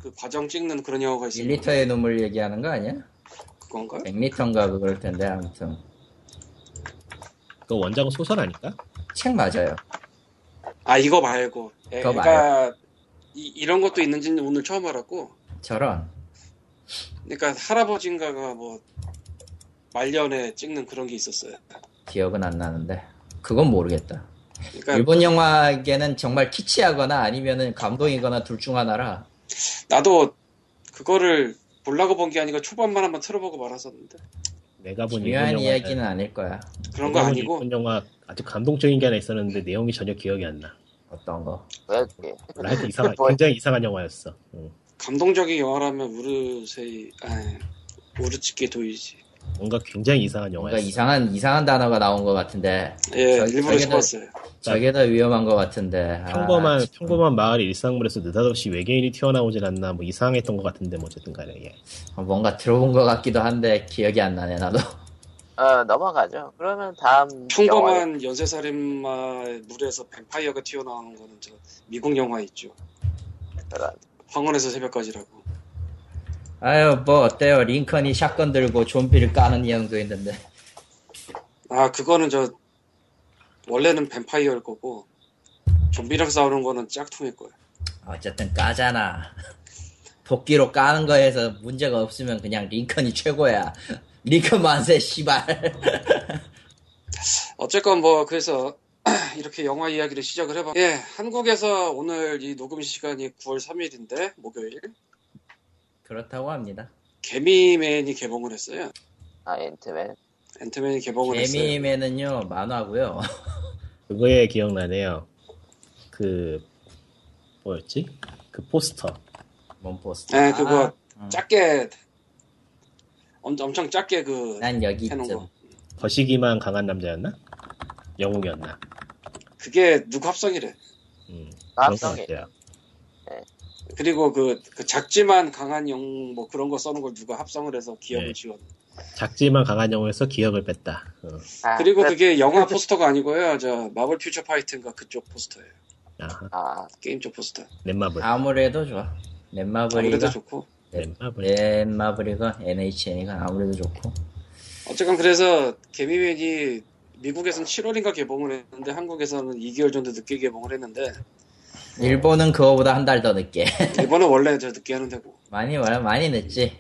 Speaker 3: 그 과정 찍는 그런 영화가 있어요.
Speaker 4: 1리터의 눈물 얘기하는 거 아니야?
Speaker 3: 건가요?
Speaker 4: 100리터인가 그럴 텐데 아무튼
Speaker 2: 그 원작은 소설 아닐까?
Speaker 4: 책 맞아요.
Speaker 3: 아 이거 말고 예, 애,
Speaker 4: 그거
Speaker 3: 가 이, 런 것도 있는지는 오늘 처음 알았고
Speaker 4: 저런
Speaker 3: 그러니까 할아버지인가가 뭐 말년에 찍는 그런 게 있었어요.
Speaker 4: 기억은 안 나는데 그건 모르겠다.
Speaker 3: 그러니까
Speaker 4: 일본 영화계는 정말 키치하거나 아니면은 감동이거나 둘 중 하나라
Speaker 3: 나도 그거를 보려고 본 게 아니고 초반만 한번 틀어보고 말았었는데
Speaker 2: 내가 본
Speaker 4: 중요한
Speaker 2: 일본
Speaker 4: 이야기는
Speaker 2: 영화는-
Speaker 4: 아닐 거야.
Speaker 3: 그런 거
Speaker 2: 내가 본
Speaker 3: 아니고
Speaker 2: 일본 영화 아주 감동적인 게 하나 있었는데 내용이 전혀 기억이 안 나.
Speaker 4: 어떤 거?
Speaker 1: 뭐야 그게
Speaker 2: 몰라, 하여튼 이상한,
Speaker 1: 뭐야?
Speaker 2: 굉장히 이상한 영화였어. 응.
Speaker 3: 감동적인 영화라면 우르세이 아 우르츠키 도이지
Speaker 2: 뭔가 굉장히 이상한
Speaker 4: 뭔가
Speaker 2: 영화였어.
Speaker 4: 이상한 이상한 단어가 나온 것 같은데
Speaker 3: 예
Speaker 4: 저-
Speaker 3: 일부러
Speaker 4: 저기는-
Speaker 3: 접었어요.
Speaker 4: 저게 더 위험한 것 같은데. 아,
Speaker 2: 평범한
Speaker 4: 참.
Speaker 2: 평범한 마을 일상물에서 느닷없이 외계인이 튀어나오진 않나 뭐 이상했던 것 같은데 뭐 어쨌든간에 예.
Speaker 4: 어, 뭔가 들어본 것 같기도 한데 기억이 안 나네 나도.
Speaker 1: 어 넘어가죠 그러면 다음 영화
Speaker 3: 평범한 연쇄살인마의 물에서 뱀파이어가 튀어나오는 거는 저 미국 영화 있죠.
Speaker 1: 그런
Speaker 3: 황혼에서 새벽까지라고.
Speaker 4: 아유 뭐 어때요 링컨이 샷건 들고 좀비를 까는 내용도 있는데
Speaker 3: 아 그거는 저 원래는 뱀파이어일 거고 좀비랑 싸우는 거는 짝퉁일 거예요.
Speaker 4: 어쨌든 까잖아. 도끼로 까는 거에서 문제가 없으면 그냥 링컨이 최고야. 링컨 만세 씨발.
Speaker 3: 어쨌건 뭐 그래서 이렇게 영화 이야기를 시작을 해봐. 예, 한국에서 오늘 이 녹음 시간이 9월 3일인데 목요일
Speaker 4: 그렇다고 합니다.
Speaker 3: 개미맨이 개봉을 했어요.
Speaker 1: 아 엔트맨
Speaker 3: 앤트맨이 개봉을 했어요.
Speaker 4: 개미맨은요 만화고요.
Speaker 2: 그거에 기억나네요. 그 뭐였지? 그 포스터.
Speaker 4: 몸포스터.
Speaker 3: 네, 그거
Speaker 4: 아,
Speaker 3: 작게 엄, 엄청 작게 그
Speaker 4: 난 여기
Speaker 3: 해놓은
Speaker 4: 있죠.
Speaker 3: 거.
Speaker 2: 거시기만 강한 남자였나? 영웅이었나?
Speaker 3: 그게 누구 합성이래.
Speaker 2: 음, 그런 것
Speaker 1: 감성이
Speaker 2: 같아요.
Speaker 3: 그리고 그, 그 작지만 강한 영웅 뭐 그런 거 써놓은 걸 누가 합성을 해서 기억을
Speaker 2: 네.
Speaker 3: 지웠.
Speaker 2: 작지만 강한 영웅에서 기억을 뺐다. 어.
Speaker 1: 아,
Speaker 3: 그리고
Speaker 1: 그래-
Speaker 3: 그게 영화 포스터가 아니고요. 저 마블 퓨처 파이트인가 그쪽 포스터예요.
Speaker 2: 아하,
Speaker 1: 아
Speaker 3: 게임 쪽 포스터.
Speaker 2: 넷마블.
Speaker 4: 아무래도 네. 좋아.
Speaker 3: 아무래도
Speaker 4: 넷마블이가
Speaker 3: 좋고.
Speaker 2: 넷마블.
Speaker 4: 넷마블이가 NHN이가 아무래도 좋고.
Speaker 3: 어쨌건 그래서 개미맨이 미국에서는 7월인가 개봉을 했는데 한국에서는 2개월 정도 늦게 개봉을 했는데
Speaker 4: 일본은 그거보다 한 달 더 늦게.
Speaker 3: 일본은 원래 저 늦게 하는 데고
Speaker 4: 많이 와- 많이 늦지.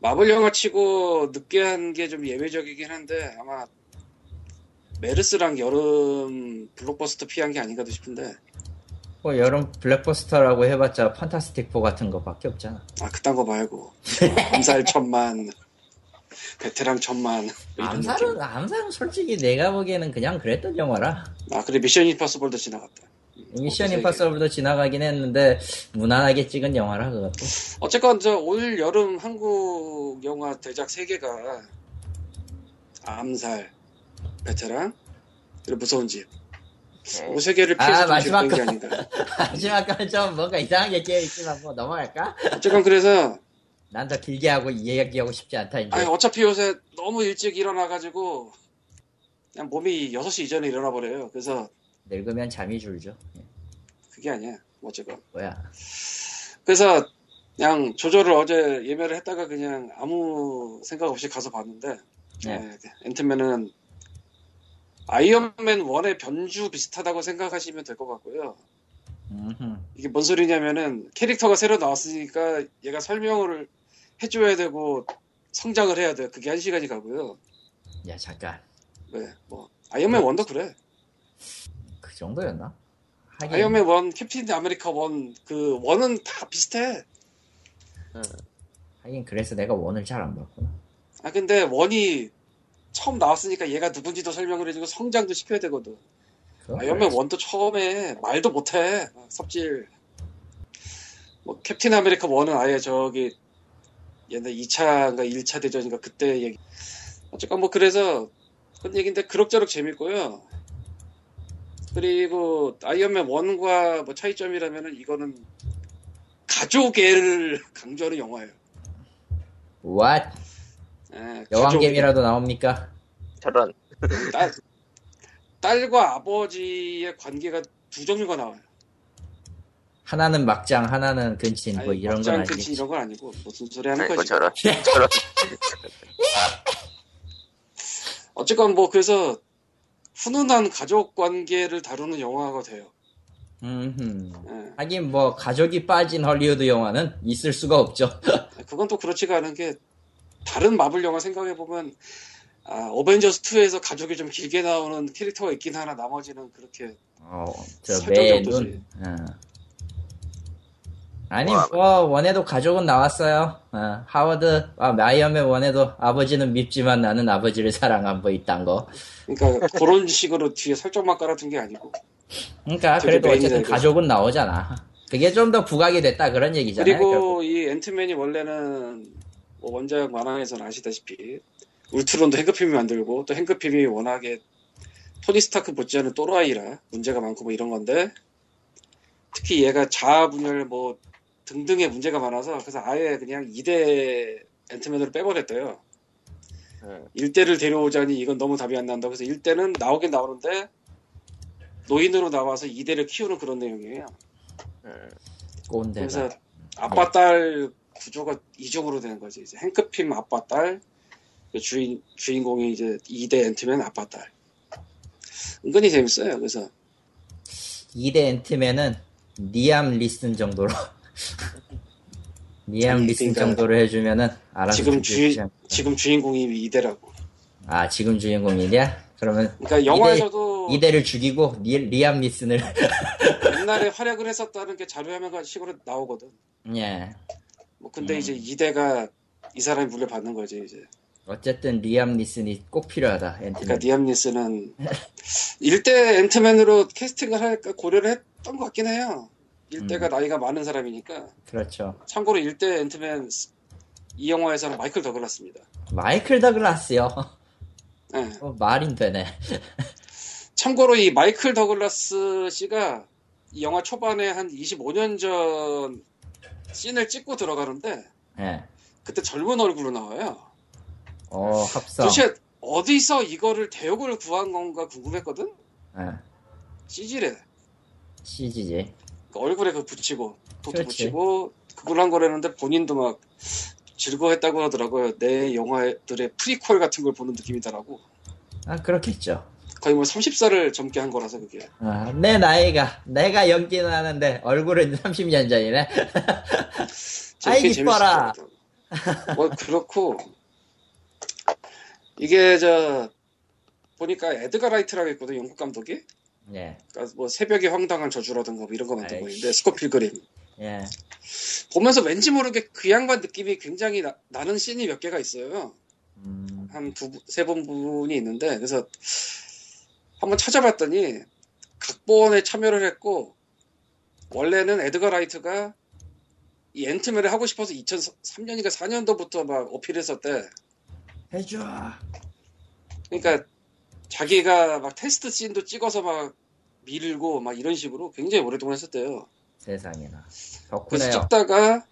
Speaker 3: 마블 영화치고 늦게 한 게 좀 예외적이긴 한데 아마 메르스랑 여름 블록버스터 피한 게 아닌가도 싶은데
Speaker 4: 뭐 여름 블랙버스터라고 해봤자 판타스틱 4 같은 거밖에 없잖아.
Speaker 3: 아 그딴 거 말고 암살 천만 베테랑 천만 이런
Speaker 4: 암살은
Speaker 3: 느낌.
Speaker 4: 암살은 솔직히 내가 보기에는 그냥 그랬던 영화라.
Speaker 3: 아 그래 미션 임파서블도 지나갔다
Speaker 4: 미션
Speaker 3: 그래서
Speaker 4: 임파서블도 지나가긴 했는데 무난하게 찍은 영화라 그것도.
Speaker 3: 어쨌건 저 올 여름 한국 영화 대작 3개가 암살, 베테랑, 그리고 무서운 집.
Speaker 1: 네.
Speaker 3: 이 3개를
Speaker 4: 아,
Speaker 3: 피해서 좀
Speaker 4: 마지막
Speaker 3: 지었던 게
Speaker 4: 거.
Speaker 3: 아닌가.
Speaker 4: 마지막은 좀 뭔가 이상하게 깨어 있지만 뭐 넘어갈까?
Speaker 3: 어쨌건 그래서
Speaker 4: 네. 난 더 길게 하고 이야기하고 싶지 않다 이제.
Speaker 3: 아니 어차피 요새 너무 일찍 일어나가지고 그냥 몸이 6시 이전에 일어나 버려요. 그래서
Speaker 4: 늙으면 잠이 줄죠. 예,
Speaker 3: 그게 아니야. 어쨌건.
Speaker 4: 뭐야?
Speaker 3: 그래서 그냥 조조를 어제 예매를 했다가 그냥 아무 생각 없이 가서 봤는데
Speaker 4: 네.
Speaker 3: 네. 앤트맨은 아이언맨 1의 변주 비슷하다고 생각하시면 될 것 같고요.
Speaker 4: 음흠.
Speaker 3: 이게 뭔 소리냐면은 캐릭터가 새로 나왔으니까 얘가 설명을 해줘야 되고 성장을 해야 돼요. 그게 한 시간이 가고요.
Speaker 4: 야 잠깐
Speaker 3: 네, 뭐 아이언맨 1도 그래.
Speaker 4: 그 정도였나? 하긴
Speaker 3: 아이언맨 1, 캡틴 아메리카 1, 그 1은 다 비슷해.
Speaker 4: 하긴 그래서 내가 원을 잘 안 봤구나.
Speaker 3: 아 근데 1이 처음 나왔으니까 얘가 누군지도 설명을 해주고 성장도 시켜야 되거든.
Speaker 4: 그건
Speaker 3: 아이언맨 1도 처음에 말도 못해 막 섭질 뭐 캡틴 아메리카 1은 아예 저기 옛날 2차인가 1차 대전인가 그때 얘기 어쨌건 뭐 그래서 그런 얘기인데 그럭저럭 재밌고요 그리고 아이언맨 1과 뭐 차이점이라면은 이거는 가족애를 강조하는 영화예요
Speaker 4: What?
Speaker 3: 예,
Speaker 4: 여왕겜이라도 나옵니까?
Speaker 1: 저런
Speaker 3: 가족애. 딸, 딸과 아버지의 관계가 두 종류가 나와요
Speaker 4: 하나는 막장, 하나는 근친 뭐 이런 건
Speaker 3: 막장 끝이
Speaker 4: 아니겠지.
Speaker 3: 이런 건 아니고 무슨 소리 하는
Speaker 1: 아이고
Speaker 3: 네, 거지.
Speaker 1: 뭐 저런 저런
Speaker 3: 어쨌건 뭐 그래서 훈훈한 가족 관계를 다루는 영화가 돼요.
Speaker 4: 음흠.
Speaker 3: 예.
Speaker 4: 하긴 뭐 가족이 빠진 헐리우드 영화는 있을 수가 없죠.
Speaker 3: 그건 또 그렇지가 않은 게 다른 마블 영화 생각해 보면 아, 어벤져스 2에서 가족이 좀 길게 나오는 캐릭터가 있긴 하나 나머지는 그렇게
Speaker 4: 어, 저
Speaker 3: 설정
Speaker 4: 매의
Speaker 3: 정도지.
Speaker 4: 눈. 어. 아니
Speaker 1: 와,
Speaker 4: 뭐 원에도 가족은 나왔어요. 어, 하워드 아, 마이엄의 원에도 아버지는 밉지만 나는 아버지를 사랑한 뭐 이딴 거.
Speaker 3: 그러니까 그런 식으로 뒤에 설정만 깔아둔 게 아니고
Speaker 4: 그러니까
Speaker 3: 저기
Speaker 4: 그래도 어쨌든
Speaker 3: 메인이라고.
Speaker 4: 가족은 나오잖아. 그게 좀 더 부각이 됐다 그런 얘기잖아요. 결국.
Speaker 3: 그리고 이 앤트맨이 원래는 뭐 원작 만화에서는 아시다시피 울트론도 행크핌이 만들고 또 행크핌이 워낙에 토니 스타크 못지않은 또라이라 문제가 많고 뭐 이런 건데 특히 얘가 자아 분열 뭐 등등의 문제가 많아서 그래서 아예 그냥 2대 앤트맨으로 빼버렸대요.
Speaker 1: 음.
Speaker 3: 1대를 데려오자니 이건 너무 답이 안 난다. 그래서 1대는 나오긴 나오는데 노인으로 나와서 2대를 키우는 그런 내용이에요.
Speaker 1: 음,
Speaker 4: 꼰대가.
Speaker 3: 그래서
Speaker 4: 네.
Speaker 3: 아빠 딸 구조가 이적으로 되는 거지 이제 행크핌 아빠 딸그 주인 주인공이 이제 2대 앤트맨 아빠 딸 은근히 재밌어요 그래서
Speaker 4: 2대 앤트맨은 니암 리슨 정도로 니암
Speaker 3: 아니,
Speaker 4: 리슨
Speaker 3: 그러니까
Speaker 4: 정도로 해주면은 알아서
Speaker 3: 지금
Speaker 4: 준비해주지
Speaker 3: 주인
Speaker 4: 않-
Speaker 3: 지금 주인공이 2대라고
Speaker 4: 아 지금 주인공이냐? 그러면
Speaker 3: 그러니까 영화에서도
Speaker 4: 2대를 죽이고 니, 리암 리슨을
Speaker 3: 옛날에 활약을 했었다는 게 자료화면 식으로 나오거든
Speaker 4: 예
Speaker 3: 뭐 근데
Speaker 4: 음.
Speaker 3: 이제 2대가 이 사람이 물려받는 거지 이제
Speaker 4: 어쨌든 리암 리슨이 꼭 필요하다
Speaker 3: 그러니까
Speaker 4: 앤트맨
Speaker 3: 니암 니스는 1대 앤트맨으로 캐스팅을 할까 고려를 했던 것 같긴 해요 1대가
Speaker 4: 음.
Speaker 3: 나이가 많은 사람이니까
Speaker 4: 그렇죠
Speaker 3: 참고로 1대 앤트맨 스- 이 영화에서는 마이클 더글라스입니다.
Speaker 4: 마이클 더글라스요
Speaker 3: 예.
Speaker 4: 어, 말이 되네
Speaker 3: 참고로 이 마이클 더글라스 씨가 이 영화 초반에 한 25년 전 씬을 찍고 들어가는데
Speaker 4: 예어
Speaker 3: 그때 젊은 얼굴로 나와요.
Speaker 4: 어, 합성
Speaker 3: 도대체 어디서 이거를 대역을 구한 건가 궁금했거든?
Speaker 4: 예.
Speaker 3: CG래.
Speaker 4: CG지
Speaker 3: 얼굴에 그 붙이고 도트
Speaker 4: 그렇지.
Speaker 3: 붙이고 그걸 한 거라는데 본인도 막 즐거워했다고 하더라고요. 내 영화들의 프리퀄 같은 걸 보는 느낌이더라고.
Speaker 4: 아 그렇겠죠
Speaker 3: 거의 뭐 30살을 젊게 한 거라서 그게.
Speaker 4: 아, 내 나이가 내가 연기는 하는데 얼굴은 30년 전이네 아이,
Speaker 3: 재밌긴
Speaker 4: 기뻐라.
Speaker 3: 재밌었어요. 뭐 그렇고 이게 저 보니까 에드가 라이트라고 있거든 영국 감독이.
Speaker 4: 예
Speaker 3: 그러니까 뭐 새벽의 황당한 저주라든가 뭐 이런 거 만든
Speaker 4: 아이씨.
Speaker 3: 거인데 스코필 그림
Speaker 4: 예.
Speaker 3: 보면서 왠지 모르게 그 양반 느낌이 굉장히 나, 나는 씬이 몇 개가 있어요.
Speaker 4: 음,
Speaker 3: 한 두 세 부분이 있는데 그래서 한번 찾아봤더니 각본에 참여를 했고 원래는 에드가 라이트가 이 앤트맨을 하고 싶어서 2003년인가 4년도부터 막 어필했었대.
Speaker 4: 해줘.
Speaker 3: 그러니까 자기가 막 테스트 씬도 찍어서 막 밀고 막 이런 식으로 굉장히 오랫동안 했었대요.
Speaker 4: 세상에나.
Speaker 1: 그렇죠.
Speaker 3: 그래서
Speaker 4: 덕분에요.
Speaker 3: 찍다가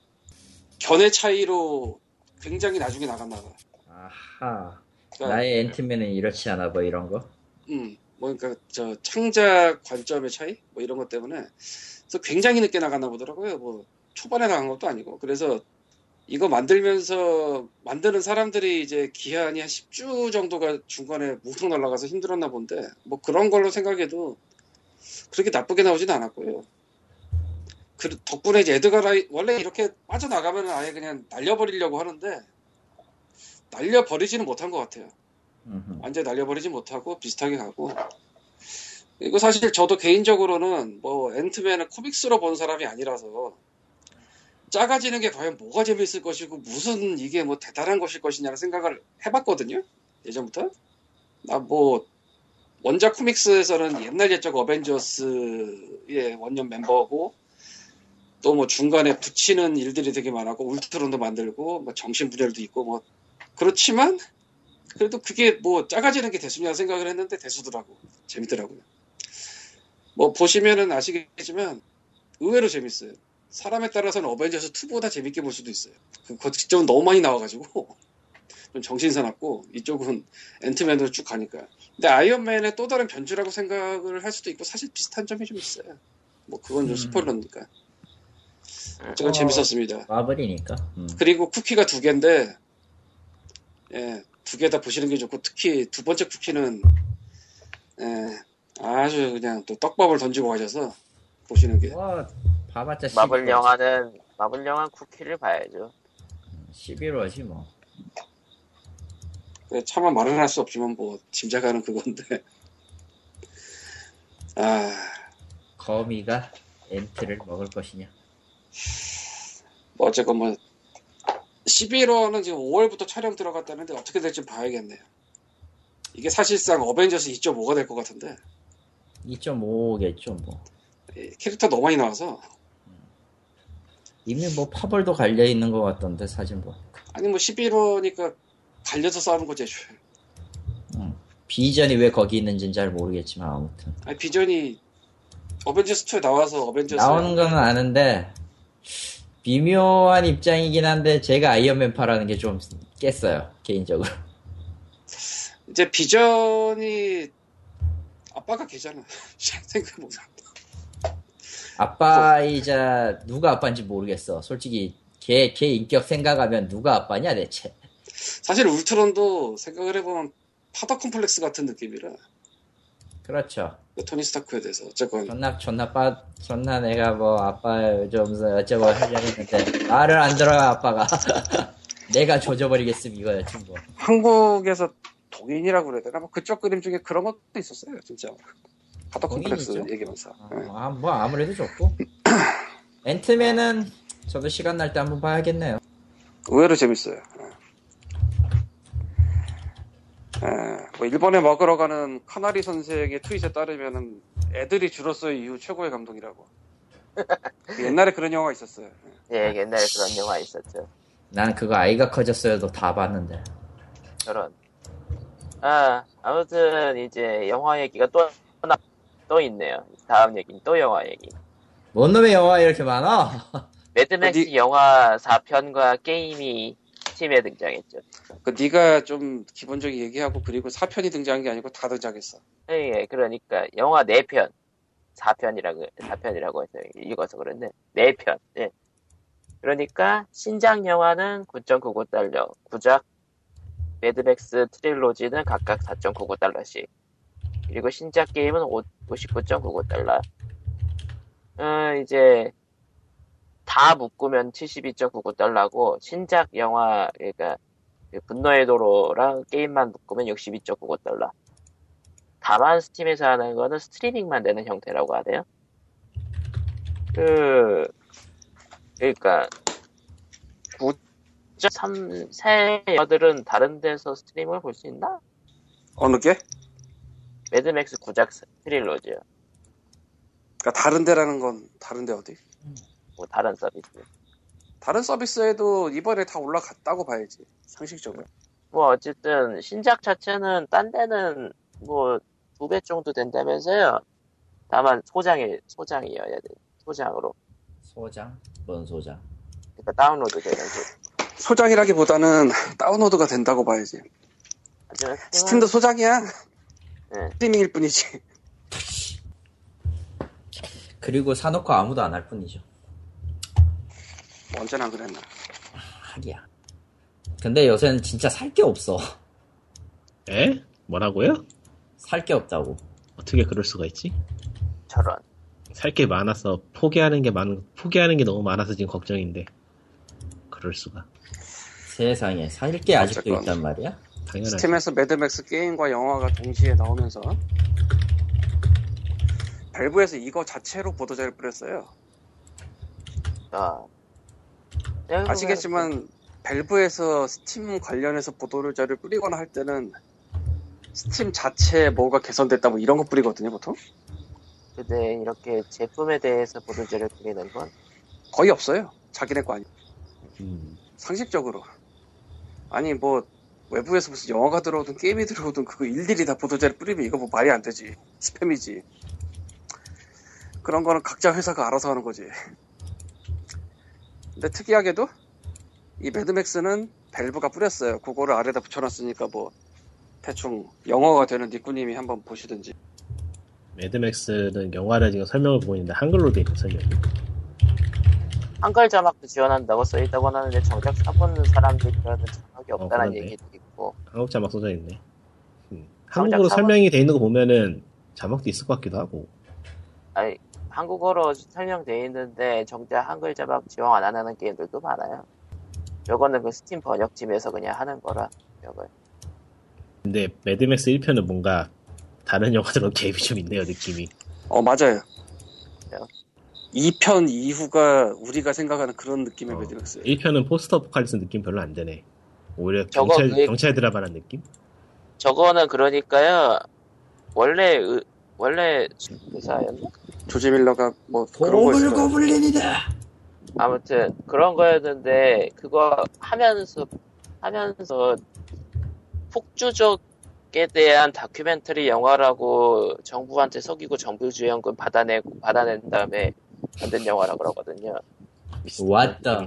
Speaker 3: 견해 차이로 굉장히 나중에 그러니까 나갔나 봐.
Speaker 4: 아하.
Speaker 3: 그러니까
Speaker 4: 나의 앤트맨은 이렇지 않아, 뭐 이런 거.
Speaker 3: 음, 뭐 그러니까 저 창작 관점의 차이 뭐 이런 것 때문에 그래서 굉장히 늦게 나갔나 보더라고요. 뭐 초반에 나간 것도 아니고 그래서 이거 만들면서 만드는 사람들이 이제 기한이 한 10주 정도가 중간에 뭉텅 날라가서 힘들었나 본데 뭐 그런 걸로 생각해도 그렇게 나쁘게 나오진 않았고요. 그 덕분에 이제 에드가 라이 원래 이렇게 빠져나가면 아예 그냥 날려버리려고 하는데 날려버리지는 못한 것 같아요.
Speaker 4: 음흠.
Speaker 3: 완전 날려버리지 못하고 비슷하게 가고 그리고 사실 저도 개인적으로는 뭐 앤트맨을 코믹스로 본 사람이 아니라서 작아지는 게 과연 뭐가 재밌을 것이고 무슨 이게 뭐 대단한 것일 것이냐는 생각을 해봤거든요 예전부터 나 뭐 원작 코믹스에서는 옛날 옛적 어벤져스의 원년 멤버고 또 뭐 중간에 붙이는 일들이 되게 많았고 울트론도 만들고 뭐 정신분열도 있고 뭐 그렇지만 그래도 그게 뭐 작아지는 게 대수냐 생각을 했는데 대수더라고 재밌더라고요. 뭐 보시면은 아시겠지만 의외로 재밌어요. 사람에 따라서는 어벤져스 2보다 재밌게 볼 수도 있어요. 그거 직접은 너무 많이 나와가지고 좀 정신 사납고 이쪽은 앤트맨으로 쭉 가니까. 근데 아이언맨의 또 다른 변주라고 생각을 할 수도 있고 사실 비슷한 점이 좀 있어요. 뭐 그건 좀
Speaker 4: 음.
Speaker 3: 스포일러니까. 어쨌건 재밌었습니다.
Speaker 4: 와버리니까. 음.
Speaker 3: 그리고 쿠키가 두 개인데, 예, 두 개 다 보시는 게 좋고, 특히 두 번째 쿠키는, 예, 아주 그냥 또 떡밥을 던지고 가셔서 보시는 게.
Speaker 4: 와, 봐봤자 11월.
Speaker 1: 마블 영화는 마블 영화 쿠키를 봐야죠.
Speaker 4: 11월지 뭐.
Speaker 3: 그 차마 말은 할 수 없지만 뭐 짐작하는 그건데 아
Speaker 4: 거미가 엔트를 먹을 것이냐.
Speaker 3: 뭐 어쨌건 뭐 11월은 지금 5월부터 촬영 들어갔다는데 어떻게 될지 봐야겠네요 이게 사실상 어벤져스 2.5가 될 것 같은데
Speaker 4: 2.5겠죠 뭐.
Speaker 3: 이 캐릭터 너무 많이 나와서
Speaker 4: 이미 뭐 파벌도 갈려 있는 것 같던데 사진 보.
Speaker 3: 아니 뭐 11월니까 갈려서 싸우는 거지 애초에.
Speaker 4: 비전이 왜 거기 있는지는 잘 모르겠지만 아무튼
Speaker 3: 아니 비전이 어벤져스 2에 나와서 어벤져스
Speaker 4: 나오는 거는 아는데 미묘한 입장이긴 한데 제가 아이언맨파라는 게 좀 깼어요 개인적으로.
Speaker 3: 이제 비전이 아빠가 걔잖아 생각해보자
Speaker 4: 아빠이자 누가 아빠인지 모르겠어. 솔직히 걔, 걔 인격 생각하면 누가 아빠냐 대체.
Speaker 3: 사실 울트론도 생각을 해보면 파더 콤플렉스 같은 느낌이라
Speaker 4: 그렇죠.
Speaker 3: 그 토니 스타크에 대해서 어쨌건
Speaker 4: 존나 존나 빠 존나 내가 뭐 아빠 좀 어쩌고 하려고 했는데 말을 안 들어요 아빠가. 내가 조져버리겠음 이거였지 뭐.
Speaker 3: 한국에서 동인이라고 그래야 되나? 뭐 그쪽 그림 중에 그런 것도 있었어요 진짜 파더 콤플렉스
Speaker 4: 동인이죠.
Speaker 3: 얘기면서
Speaker 4: 아,
Speaker 3: 예.
Speaker 4: 아, 뭐 아무래도 좋고. 앤트맨은 저도 시간 날 때 한번 봐야겠네요.
Speaker 3: 의외로 재밌어요 예. 예, 뭐 일본에 먹으러 가는 카나리 선생의 트윗에 따르면은 애들이 줄었어요 이후 최고의 감동이라고 그 옛날에 그런 영화가 있었어요 예.
Speaker 1: 예, 옛날에 그런 영화 있었죠.
Speaker 4: 난 그거 아이가 커졌어요도 다 봤는데.
Speaker 1: 저런. 아, 아무튼 이제 영화 얘기가 또 하나 또 있네요. 다음 얘기는 또 영화 얘기.
Speaker 4: 뭔 놈의 영화 이렇게 많아?
Speaker 1: 매드맥스
Speaker 3: 어디-
Speaker 1: 영화 4편과 게임이 팀에 등장했죠.
Speaker 3: 그 네가 좀 기본적인 얘기하고 그리고 사편이 등장한 게 아니고 다 등장했어
Speaker 1: 예, 그러니까 영화 4편. 4편이라고 4편이라고 해서 읽어서 그런데 4편. 예. 그러니까 신작 영화는 9.99달러, 구작 매드맥스 트릴로지는 각각 4.99달러씩. 그리고 신작 게임은 59.99달러. 어, 이제 다 묶으면 72.99달러고 신작 영화 그러니까 그 분노의 도로랑 게임만 묶으면 62.99달러. 다만 스팀에서 하는 거는 스트리밍만 되는 형태라고 하네요. 그, 그러니까 그니까, 러 9.3, 새 영화들은 다른 데서 스트리밍을 볼 수 있나?
Speaker 3: 어느 게?
Speaker 1: 매드맥스 9작 트릴로지요.
Speaker 3: 그러니까 다른 데라는 건 다른 데 어디?
Speaker 1: 뭐, 다른 서비스.
Speaker 3: 다른 서비스에도 이번에 다 올라갔다고 봐야지 상식적으로
Speaker 1: 뭐, 어쨌든, 신작 자체는 딴 데는 뭐, 두 배 정도 된다면서요. 다만, 소장이, 소장이어야 돼. 소장으로.
Speaker 4: 소장? 뭔 소장?
Speaker 1: 그니까, 러 다운로드 되는 거.
Speaker 3: 소장이라기보다는 다운로드가 된다고 봐야지
Speaker 1: 하지만 스팀은
Speaker 3: 스팀도 소장이야
Speaker 1: 어. 네.
Speaker 3: 스트리밍일 뿐이지
Speaker 4: 그리고 사놓고 아무도 안 할 뿐이죠.
Speaker 3: 뭐 언제나 안 그랬나
Speaker 4: 하기야. 근데 요새는 진짜 살 게 없어. 네.
Speaker 2: 에? 뭐라고요?
Speaker 4: 살 게 없다고.
Speaker 2: 어떻게 그럴 수가 있지?
Speaker 1: 저런.
Speaker 2: 살 게 많아서 포기하는 게 많은 포기하는 게 너무 많아서 지금 걱정인데 그럴 수가
Speaker 4: 세상에 살 게 아직도
Speaker 3: 어쨌건.
Speaker 4: 있단 말이야?
Speaker 2: 당연하지.
Speaker 3: 스팀에서 매드맥스 게임과 영화가 동시에 나오면서 밸브에서 이거 자체로 보도자를 뿌렸어요
Speaker 1: 아.
Speaker 3: 아시겠지만 밸브에서 스팀 관련해서 보도자를 뿌리거나 할 때는 스팀 자체에 뭐가 개선됐다 뭐 이런 거 뿌리거든요 보통
Speaker 1: 근데 이렇게 제품에 대해서 보도자를 드리는 건
Speaker 3: 거의 없어요 자기네 거 아니
Speaker 2: 음.
Speaker 3: 상식적으로 아니 뭐 외부에서 무슨 영화가 들어오든 게임이 들어오든 그거 일일이 다 보도자를 뿌리면 이거 뭐 말이 안 되지 스팸이지 그런 거는 각자 회사가 알아서 하는 거지 근데 특이하게도 이 매드맥스는 밸브가 뿌렸어요 그거를 아래다 붙여놨으니까 뭐 대충 영어가 되는 니꾸님이 한번 보시든지
Speaker 2: 매드맥스는 영화를 지금 설명을 보고 있는데 한글로 돼 있는 설명이
Speaker 1: 한글 자막도 지원한다고 써있다고 하는데 정작 사보는 사람들이라는 자막이 없다는
Speaker 2: 어, 그러네.
Speaker 1: 얘기도 있고
Speaker 2: 한국 자막 써져 있네. 음.
Speaker 1: 정작
Speaker 2: 한국어로
Speaker 1: 아, 자막-
Speaker 2: 설명이 돼 있는 거 보면은 자막도 있을 것 같기도 하고.
Speaker 1: 아니 한국어로 설명돼 있는데 정작 한글 자막 지원 안 하는 게임들도 많아요. 요거는 그 스팀 번역팀에서 그냥 하는 거라 번역을.
Speaker 2: 근데 매드맥스 1편은 뭔가 다른 영화들은 개입이 좀 있네요 느낌이.
Speaker 3: 어 맞아요.
Speaker 1: 그래요?
Speaker 3: 2편 이후가 우리가 생각하는 그런 느낌의
Speaker 2: 어,
Speaker 3: 매드맥스.
Speaker 2: 1편은 포스터 포칼리스 느낌 별로 안 되네. 오히려
Speaker 1: 저거
Speaker 2: 경찰,
Speaker 1: 그 얘기-
Speaker 2: 경찰 드라마란 느낌?
Speaker 1: 저거는 그러니까요 원래 의- 원래 의사였나?
Speaker 3: 조지 밀러가 뭐 그런 거
Speaker 4: 고블
Speaker 3: 있어요.
Speaker 4: 고블린이다.
Speaker 1: 아무튼 그런 거였는데 그거 하면서 하면서 폭주족에 대한 다큐멘터리 영화라고 정부한테 속이고 정부 지원금 받아내고 받아낸 다음에 만든 영화라 그러거든요.
Speaker 4: 왔다.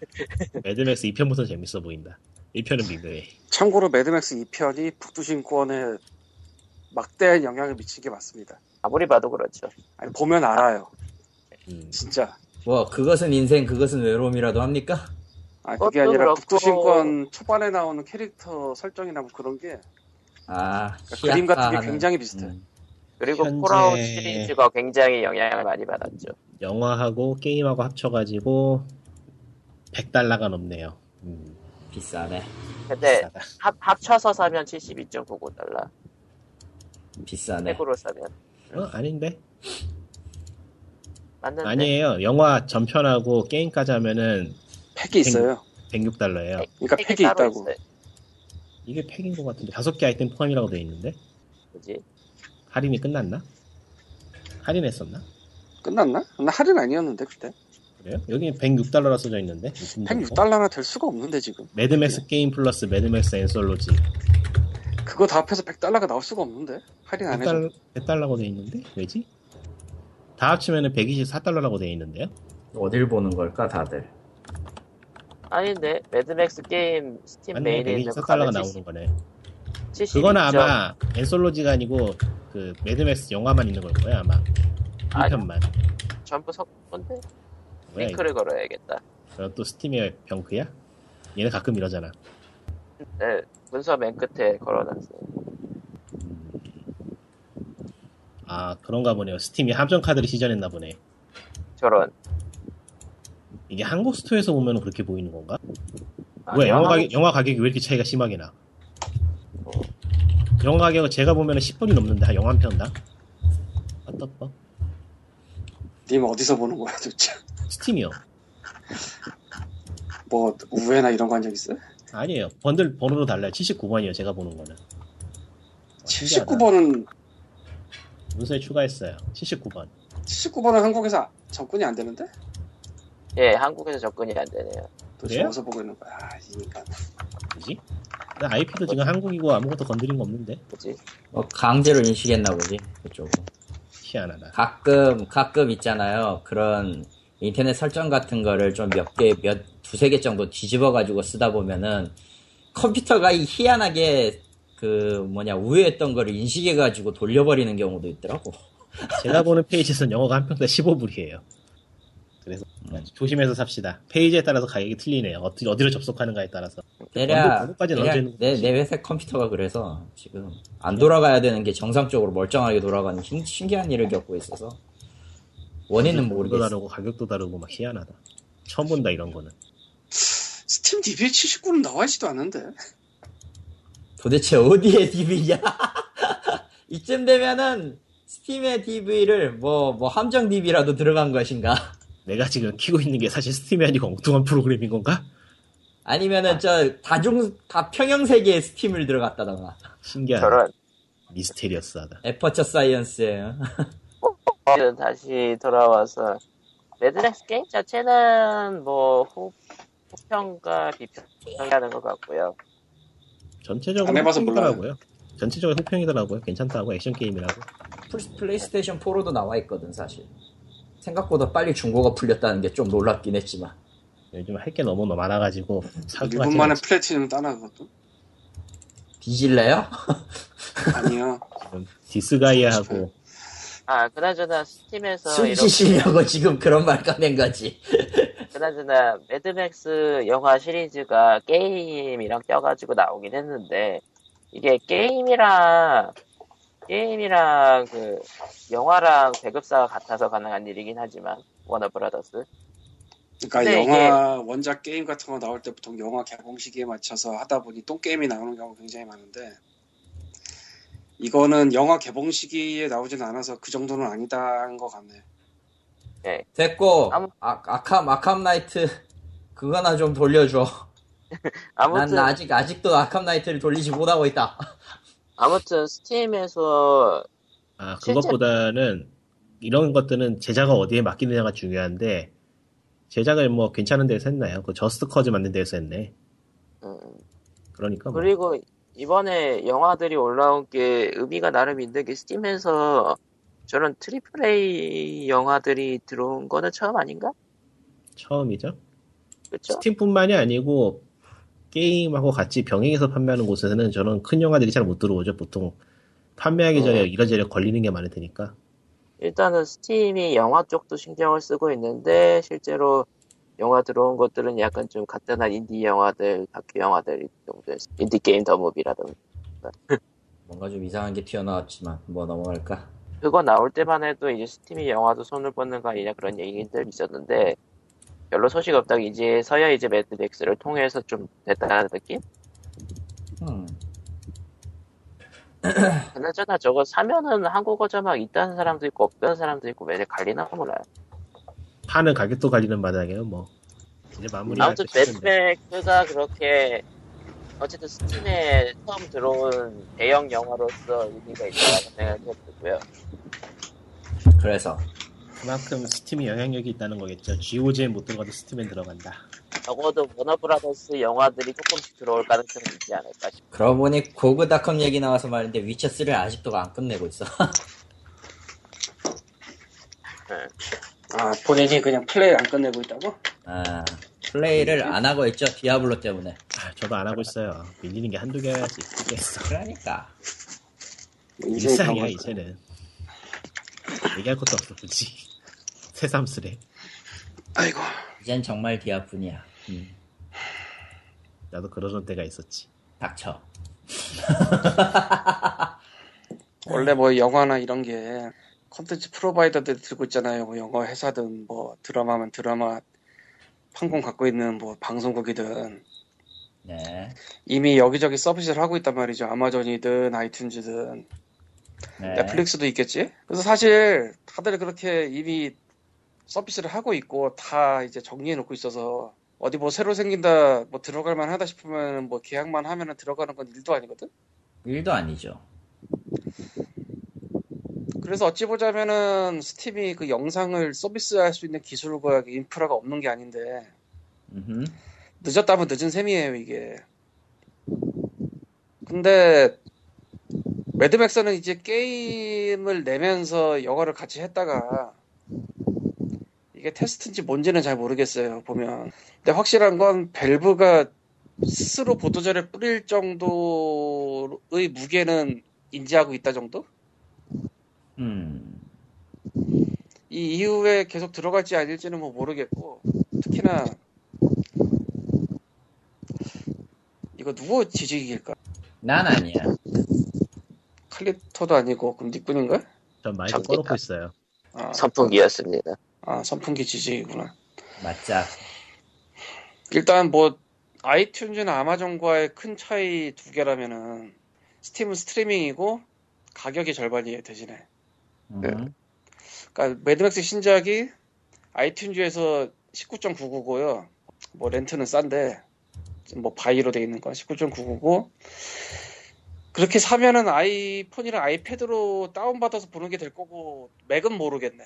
Speaker 2: 매드맥스 2편부터 재밌어 보인다. 1편은 미묘해.
Speaker 3: 참고로 매드맥스 2편이 북두신권에 막대한 영향을 미친 게 맞습니다.
Speaker 1: 아무리 봐도 그렇죠.
Speaker 3: 아니 보면 알아요.
Speaker 2: 음.
Speaker 3: 진짜.
Speaker 4: 뭐 그것은 인생 그것은 외로움이라도 합니까?
Speaker 3: 아니 그게
Speaker 1: 어, 그것도
Speaker 3: 아니라
Speaker 1: 그렇고.
Speaker 3: 북두신권 초반에 나오는 캐릭터 설정이나 뭐 그런 게
Speaker 4: 아
Speaker 3: 그러니까 그림 같은 게
Speaker 4: 희한하는.
Speaker 3: 굉장히 비슷해.
Speaker 4: 음.
Speaker 1: 그리고
Speaker 2: 현재-
Speaker 1: 폴아웃 시리즈가 굉장히 영향을 많이 받았죠.
Speaker 2: 영화하고 게임하고 합쳐가지고 100달러가 넘네요. 음,
Speaker 4: 비싸네.
Speaker 1: 근데
Speaker 2: 비싸다.
Speaker 1: 합, 합쳐서 사면 72.99달러,
Speaker 4: 비싸네.
Speaker 3: 그렇죠.
Speaker 1: 팩으로 사면
Speaker 2: 어? 아닌데?
Speaker 1: 맞는데
Speaker 2: 아니에요. 영화 전편하고 게임까지 하면은
Speaker 3: 팩이 있어요.
Speaker 2: 106달러예요.
Speaker 3: 그러니까
Speaker 1: 팩이
Speaker 3: 팩이
Speaker 1: 따로
Speaker 3: 있다고.
Speaker 1: 있어요.
Speaker 2: 이게 팩인 것 같은데 다섯 개 아이템 포함이라고 돼 있는데
Speaker 1: 그지?
Speaker 2: 할인이 끝났나? 할인했었나?
Speaker 3: 끝났나? 나 할인 아니었는데 그때.
Speaker 2: 그래요? 여기 106달러라 써져 있는데
Speaker 4: 음.
Speaker 2: 무슨 정보?
Speaker 3: 106달러나 될 수가 없는데 지금.
Speaker 2: 매드맥스 게임 플러스 매드맥스 앤솔로지
Speaker 3: 그거 다 합해서 100달러가 나올 수가 없는데 할인 안 해줘.
Speaker 2: 100달러, 100달러라고 돼 있는데 왜지? 다 합치면은 124달러라고 돼 있는데요?
Speaker 4: 어딜 보는 걸까 다들?
Speaker 1: 아닌데 매드맥스 게임 스팀
Speaker 2: 맞네
Speaker 1: 메인에 있는
Speaker 2: 124달러가
Speaker 1: 값에
Speaker 2: 나오는 거네
Speaker 1: 70, 72.
Speaker 2: 그거는 아마 앤솔로지가 아니고 그 매드맥스 영화만 있는 걸 거예요 아마
Speaker 1: 아니.
Speaker 2: 1편만
Speaker 1: 전부 섞은데
Speaker 2: 뭐야 이거
Speaker 1: 링크를 걸어야겠다.
Speaker 2: 그럼 또 스팀의 병크야? 얘네 가끔 이러잖아
Speaker 1: 네, 문서 맨 끝에 걸어놨어요.
Speaker 2: 아 그런가 보네요 스팀이 함정카드를 시전했나 보네
Speaker 1: 저런.
Speaker 2: 이게 한국 스토어에서 보면 그렇게 보이는 건가?
Speaker 1: 아,
Speaker 2: 뭐야 영화,
Speaker 1: 영화는- 어.
Speaker 2: 가격, 영화 가격이 왜 이렇게 차이가 심하게 나? 영화 가격은 제가 보면 10분이 넘는데 한 영화 한 편당? 어떻고?
Speaker 3: 님 어디서 보는 거야 도대체?
Speaker 2: 스팀이요
Speaker 3: 뭐 우회나 이런 거 한 적 있어요?
Speaker 2: 아니에요 번들 번호로 달라요 79번이요 제가 보는 거는 어, 신기하다.
Speaker 3: 79번은
Speaker 2: 문서에 추가했어요 79번
Speaker 3: 79번은 한국에서 접근이 안 되는데?
Speaker 1: 예, 한국에서 접근이 안 되네요.
Speaker 3: 도대체
Speaker 2: 그래요?
Speaker 3: 어디서 보고 있는 거야? 아, 이 인간.
Speaker 2: 뭐지? 나 IP도 지금 한국이고 아무것도 건드린 거 없는데
Speaker 1: 그지?
Speaker 4: 뭐 강제로 인식했나 보지 그쪽.
Speaker 2: 희한하다
Speaker 4: 가끔 가끔 있잖아요 그런 인터넷 설정 같은 거를 좀 몇 개 몇 두세 개 정도 뒤집어 가지고 쓰다 보면은 컴퓨터가 이 희한하게 그 뭐냐 우회했던 거를 인식해 가지고 돌려버리는 경우도 있더라고
Speaker 2: 제가 보는 페이지에서는 영어가 한 평당 15불이에요 그래서
Speaker 4: 음.
Speaker 2: 조심해서 삽시다 페이지에 따라서 가격이 틀리네요 어디, 어디로 접속하는가에 따라서 완전
Speaker 4: 대략
Speaker 2: 번호까지
Speaker 4: 대략
Speaker 2: 넣어져 있는
Speaker 4: 내,
Speaker 2: 거지.
Speaker 4: 내 회사 컴퓨터가 그래서 지금 안 돌아가야 되는 게 정상적으로 멀쩡하게 돌아가는 신, 신기한 일을 겪고 있어서 원인은
Speaker 2: 번호도
Speaker 4: 모르겠어
Speaker 2: 뭐 다르고 가격도 다르고 막 희한하다 처음 본다 이런 거는
Speaker 3: 스팀 DBA 79는 나와 있지도 않는데.
Speaker 4: 도대체 어디에 DV야? 이쯤 되면은 스팀의 DV를 뭐, 뭐 함정 DV라도 들어간 것인가?
Speaker 2: 내가 지금 키고 있는 게 사실 스팀이 아니고 엉뚱한 프로그램인 건가?
Speaker 4: 아니면은 저 다중, 다 평형 세계의 스팀을 들어갔다던가.
Speaker 2: 신기하다.
Speaker 1: 저런.
Speaker 2: 미스테리어스하다.
Speaker 4: 에퍼처 사이언스예요
Speaker 1: 이제는 다시 돌아와서 매드맥스 게임 자체는 뭐 호, 호평과 비평하는 것 같고요.
Speaker 2: 전체적으로
Speaker 3: 안 해봐서
Speaker 2: 호평이더라고요. 전체적으로 호평이더라고요. 괜찮다고 액션 게임이라고.
Speaker 4: 플- 플레이스테이션 4로도 나와 있거든, 사실. 생각보다 빨리 중고가 풀렸다는 게 좀 놀랍긴 했지만.
Speaker 2: 요즘 할 게 너무 많아가지고 사고 같은
Speaker 3: 일본만의
Speaker 2: 거
Speaker 3: 플래티넘 따나 그것도?
Speaker 4: 뒤질래요?
Speaker 3: 아니요.
Speaker 2: 지금
Speaker 3: 네.
Speaker 2: 디스가이아하고
Speaker 1: 아, 그나저나 스팀에서
Speaker 4: 숨
Speaker 1: 이렇게
Speaker 4: 쉬시려고 지금 그런 말 꺼낸 거지.
Speaker 1: 그나저나 매드맥스 영화 시리즈가 게임이랑 껴가지고 나오긴 했는데 이게 게임이랑 게임이랑 그 영화랑 배급사가 같아서 가능한 일이긴 하지만 워너브라더스
Speaker 3: 그러니까
Speaker 1: 근데
Speaker 3: 영화 원작 게임 같은 거 나올 때 보통 영화 개봉 시기에 맞춰서 하다 보니 똥 게임이 나오는 경우가 굉장히 많은데 이거는 영화 개봉 시기에 나오진 않아서 그 정도는 아니다 한것 같네.
Speaker 4: 됐고
Speaker 1: 아무-
Speaker 4: 아, 아캄 아캄 나이트 그거나 좀 돌려줘. 난
Speaker 1: 아무튼
Speaker 4: 나 아직 아직도 아캄 나이트를 돌리지 못하고 있다.
Speaker 1: 아무튼 스팀에서
Speaker 2: 아,
Speaker 1: 실제-
Speaker 2: 그것보다는 이런 것들은 제자가 어디에 맡기느냐가 중요한데 제작을 뭐 괜찮은 데서 했나요? 그 저스트 커즈 만든 데서 했네.
Speaker 1: 음,
Speaker 2: 그러니까 뭐
Speaker 1: 그리고 이번에 영화들이 올라온 게 의미가 나름 있는 게 스팀에서 저런 트리플 A 영화들이 들어온 거는 처음 아닌가?
Speaker 2: 처음이죠.
Speaker 1: 그렇죠?
Speaker 2: 스팀뿐만이 아니고 게임하고 같이 병행해서 판매하는 곳에서는 저런 큰 영화들이 잘 못 들어오죠. 보통 판매하기 전에
Speaker 1: 어.
Speaker 2: 이러저러 걸리는 게 많을 테니까.
Speaker 1: 일단은 스팀이 영화 쪽도 신경을 쓰고 있는데 실제로 영화 들어온 것들은 약간 좀 간단한 인디 영화들, 다큐 영화들 정도에서 인디 게임 더 무비라든가
Speaker 4: 뭔가 좀 이상한 게 튀어나왔지만 뭐 넘어갈까?
Speaker 1: 그거 나올 때만 해도 이제 스팀이 영화도 손을 뻗는 거 아니냐 그런 얘기들 있었는데 별로 소식 없다가 이제 서야 이제 매드맥스를 통해서 좀 됐다는 느낌?
Speaker 4: 음.
Speaker 1: 그나저나 저거 사면은 한국어 자막 있다는 사람도 있고 없다는 사람도 있고 매일 갈리나 몰라요.
Speaker 2: 파는 가격도 갈리는 마당에요. 뭐 이제 마무리할
Speaker 1: 아무튼
Speaker 2: 때 됐는데.
Speaker 1: 매드맥스가 그렇게 어쨌든 스팀에 처음 들어온 대형 영화로서 의미가 있다고 생각했고요.
Speaker 4: 그래서
Speaker 2: 그만큼 스팀이 영향력이 있다는 거겠죠. GOG엔 못 들어가도 스팀엔 들어간다.
Speaker 1: 적어도 워너브라더스 영화들이 조금씩 들어올 가능성이 있지 않을까 싶어요.
Speaker 4: 그러고 보니 고그닷컴 얘기 나와서 말인데 위쳐 3를 아직도 안 끝내고 있어.
Speaker 3: 아 본인이 그냥 플레이 안 끝내고 있다고?
Speaker 4: 아, 플레이를 안 하고 있죠 디아블로 때문에.
Speaker 2: 아, 저도 안 하고 있어요. 밀리는 게 한두 개야지 있겠어.
Speaker 4: 그러니까
Speaker 3: 뭐 인생이 그런
Speaker 2: 일상이야
Speaker 3: 거지.
Speaker 2: 이제는. 얘기할 것도 없어 굳이. 새삼스레.
Speaker 3: 아이고
Speaker 4: 이젠 정말 디아뿐이야. 음,
Speaker 2: 나도 그러던 때가 있었지.
Speaker 4: 닥쳐.
Speaker 3: 원래 뭐 영화나 이런 게 컨텐츠 프로바이더들 들고 있잖아요. 뭐 영화 회사든 뭐 드라마면 드라마 판권 갖고 있는 뭐 방송국이든
Speaker 4: 네.
Speaker 3: 이미 여기저기 서비스를 하고 있단 말이죠. 아마존이든 아이튠즈든
Speaker 4: 네.
Speaker 3: 넷플릭스도 있겠지. 그래서 사실 다들 그렇게 이미 서비스를 하고 있고 다 이제 정리해 놓고 있어서 어디 뭐 새로 생긴다 뭐 들어갈 만하다 싶으면 뭐 계약만 하면은 들어가는 건 일도 아니거든.
Speaker 4: 일도 아니죠.
Speaker 3: 그래서 어찌 보자면은 스팀이 그 영상을 서비스할 수 있는 기술과 인프라가 없는 게 아닌데
Speaker 4: 음흠.
Speaker 3: 늦었다면 늦은 셈이에요 이게. 근데 매드맥스는 이제 게임을 내면서 영화를 같이 했다가 이게 테스트인지 뭔지는 잘 모르겠어요 보면. 근데 확실한 건 벨브가 스스로 보도자를 뿌릴 정도의 무게는 인지하고 있다 정도?
Speaker 4: 음.
Speaker 3: 이 이후에 계속 들어갈지 아닐지는 뭐 모르겠고 특히나 이거 누구 지지기일까?
Speaker 4: 난 아니야.
Speaker 3: 칼리토도 아니고 그럼 니꾼인가?
Speaker 2: 전 마이크
Speaker 1: 잠깐.
Speaker 2: 꺼놓고 있어요.
Speaker 3: 아,
Speaker 1: 선풍기였습니다.
Speaker 3: 아 선풍기 지지기구나
Speaker 4: 맞자.
Speaker 3: 일단 뭐 아이튠즈나 아마존과의 큰 차이 두 개라면은 스팀은 스트리밍이고 가격이 절반이에요 대신에
Speaker 4: 음.
Speaker 1: 네.
Speaker 3: 그러니까 매드맥스 신작이 아이튠즈에서 19.99고요. 뭐 렌트는 싼데 뭐 바이로 돼 있는 건 19.99고 그렇게 사면은 아이폰이랑 아이패드로 다운 받아서 보는 게 될 거고 맥은 모르겠네.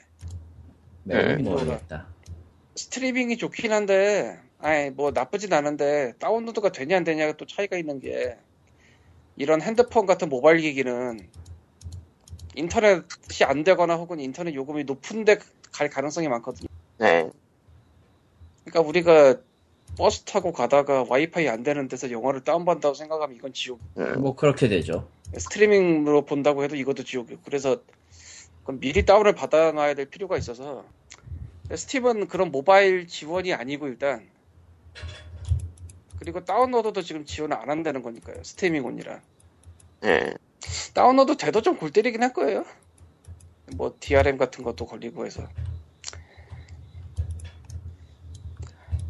Speaker 1: 네.
Speaker 4: 매우 모르겠다.
Speaker 3: 스트리밍이 좋긴 한데 아이 뭐 나쁘진 않은데 다운로드가 되냐 안 되냐가 또 차이가 있는 게 이런 핸드폰 같은 모바일 기기는 인터넷이 안 되거나 혹은 인터넷 요금이 높은데 갈 가능성이 많거든요.
Speaker 1: 네.
Speaker 3: 그러니까 우리가 버스 타고 가다가 와이파이 안 되는 데서 영화를 다운받는다고 생각하면 이건 지옥.
Speaker 1: 음.
Speaker 4: 뭐 그렇게 되죠.
Speaker 3: 스트리밍으로 본다고 해도 이것도 지옥이고. 그래서 그건 미리 다운을 받아놔야 될 필요가 있어서 스팀은 그런 모바일 지원이 아니고 일단 그리고 다운로드도 지금 지원을 안 한다는 거니까요. 스팀이 온이라
Speaker 1: 예.
Speaker 3: 다운로드 돼도 좀 골 때리긴 할 거예요. 뭐 DRM 같은 것도 걸리고 해서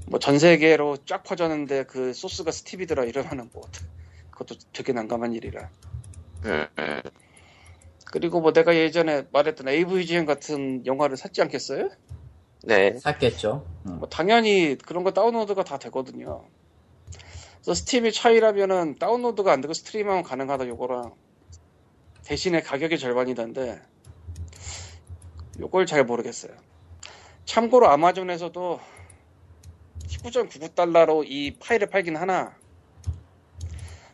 Speaker 3: 뭐 전 세계로 쫙 퍼졌는데 그 소스가 스팀이더라 이러면은 뭐 어떡- 그것도 되게 난감한 일이라.
Speaker 1: 음, 음.
Speaker 3: 그리고 뭐 내가 예전에 말했던 AVGN 같은 영화를 샀지 않겠어요?
Speaker 1: 네.
Speaker 4: 샀겠죠. 음.
Speaker 3: 뭐 당연히 그런 거 다운로드가 다 되거든요. 그래서 스팀이 차이라면은 다운로드가 안 되고 스트리밍하면 가능하다 요거랑 대신에 가격이 절반이던데 요걸 잘 모르겠어요. 참고로 아마존에서도 19.99달러로 이 파일을 팔긴 하나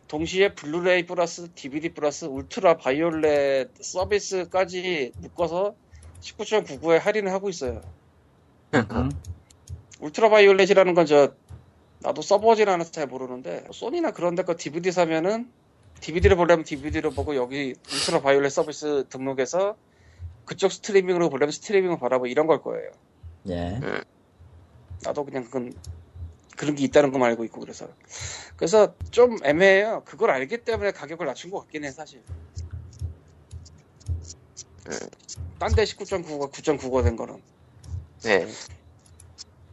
Speaker 3: 동시에 블루레이 플러스 DVD 플러스 울트라 바이올렛 서비스까지 묶어서 19.99에 할인을 하고 있어요.
Speaker 4: 음.
Speaker 3: 울트라 바이올렛이라는 건 저 나도 써보진 않아서 잘 모르는데 소니나 그런 데 거 DVD 사면은 DVD를 보려면 DVD로 보고 여기 울트라 바이올렛 서비스 등록해서 그쪽 스트리밍으로 보려면 스트리밍을 바라고 뭐 이런 걸 거예요.
Speaker 4: 예.
Speaker 3: 나도 그냥 그건 그런 게 있다는 것만 알고 있고 그래서 그래서 좀 애매해요. 그걸 알기 때문에 가격을 낮춘 것 같긴 해 사실. 딴 데 19.99가 9.99가 된 거는
Speaker 1: 네.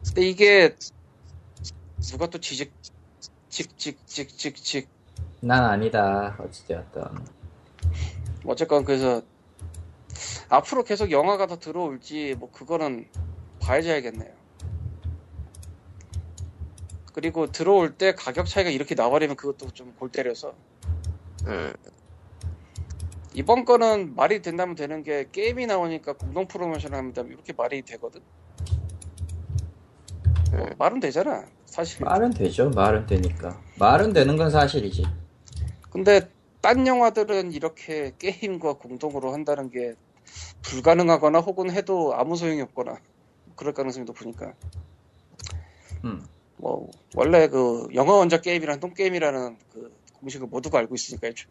Speaker 3: 근데 이게 누가 또 지직 직직직직직
Speaker 4: 난 아니다. 어찌되었던.
Speaker 3: 어쨌건 그래서 앞으로 계속 영화가 더 들어올지 뭐 그거는 봐야지 알겠네요. 그리고 들어올 때 가격 차이가 이렇게 나버리면 그것도 좀 골 때려서
Speaker 1: 음.
Speaker 3: 이번 거는 말이 된다면 되는 게 게임이 나오니까 공동 프로모션을 합니다 이렇게 말이 되거든. 뭐 말은 되잖아 사실.
Speaker 4: 말은 되죠. 말은 되니까. 말은 되는 건 사실이지.
Speaker 3: 근데 딴 영화들은 이렇게 게임과 공동으로 한다는 게 불가능하거나 혹은 해도 아무 소용이 없거나 그럴 가능성이 높으니까
Speaker 4: 음.
Speaker 3: 뭐 원래 그 영화 원작 게임이랑 똥 게임이라는 그 공식을 모두가 알고 있으니까 애초에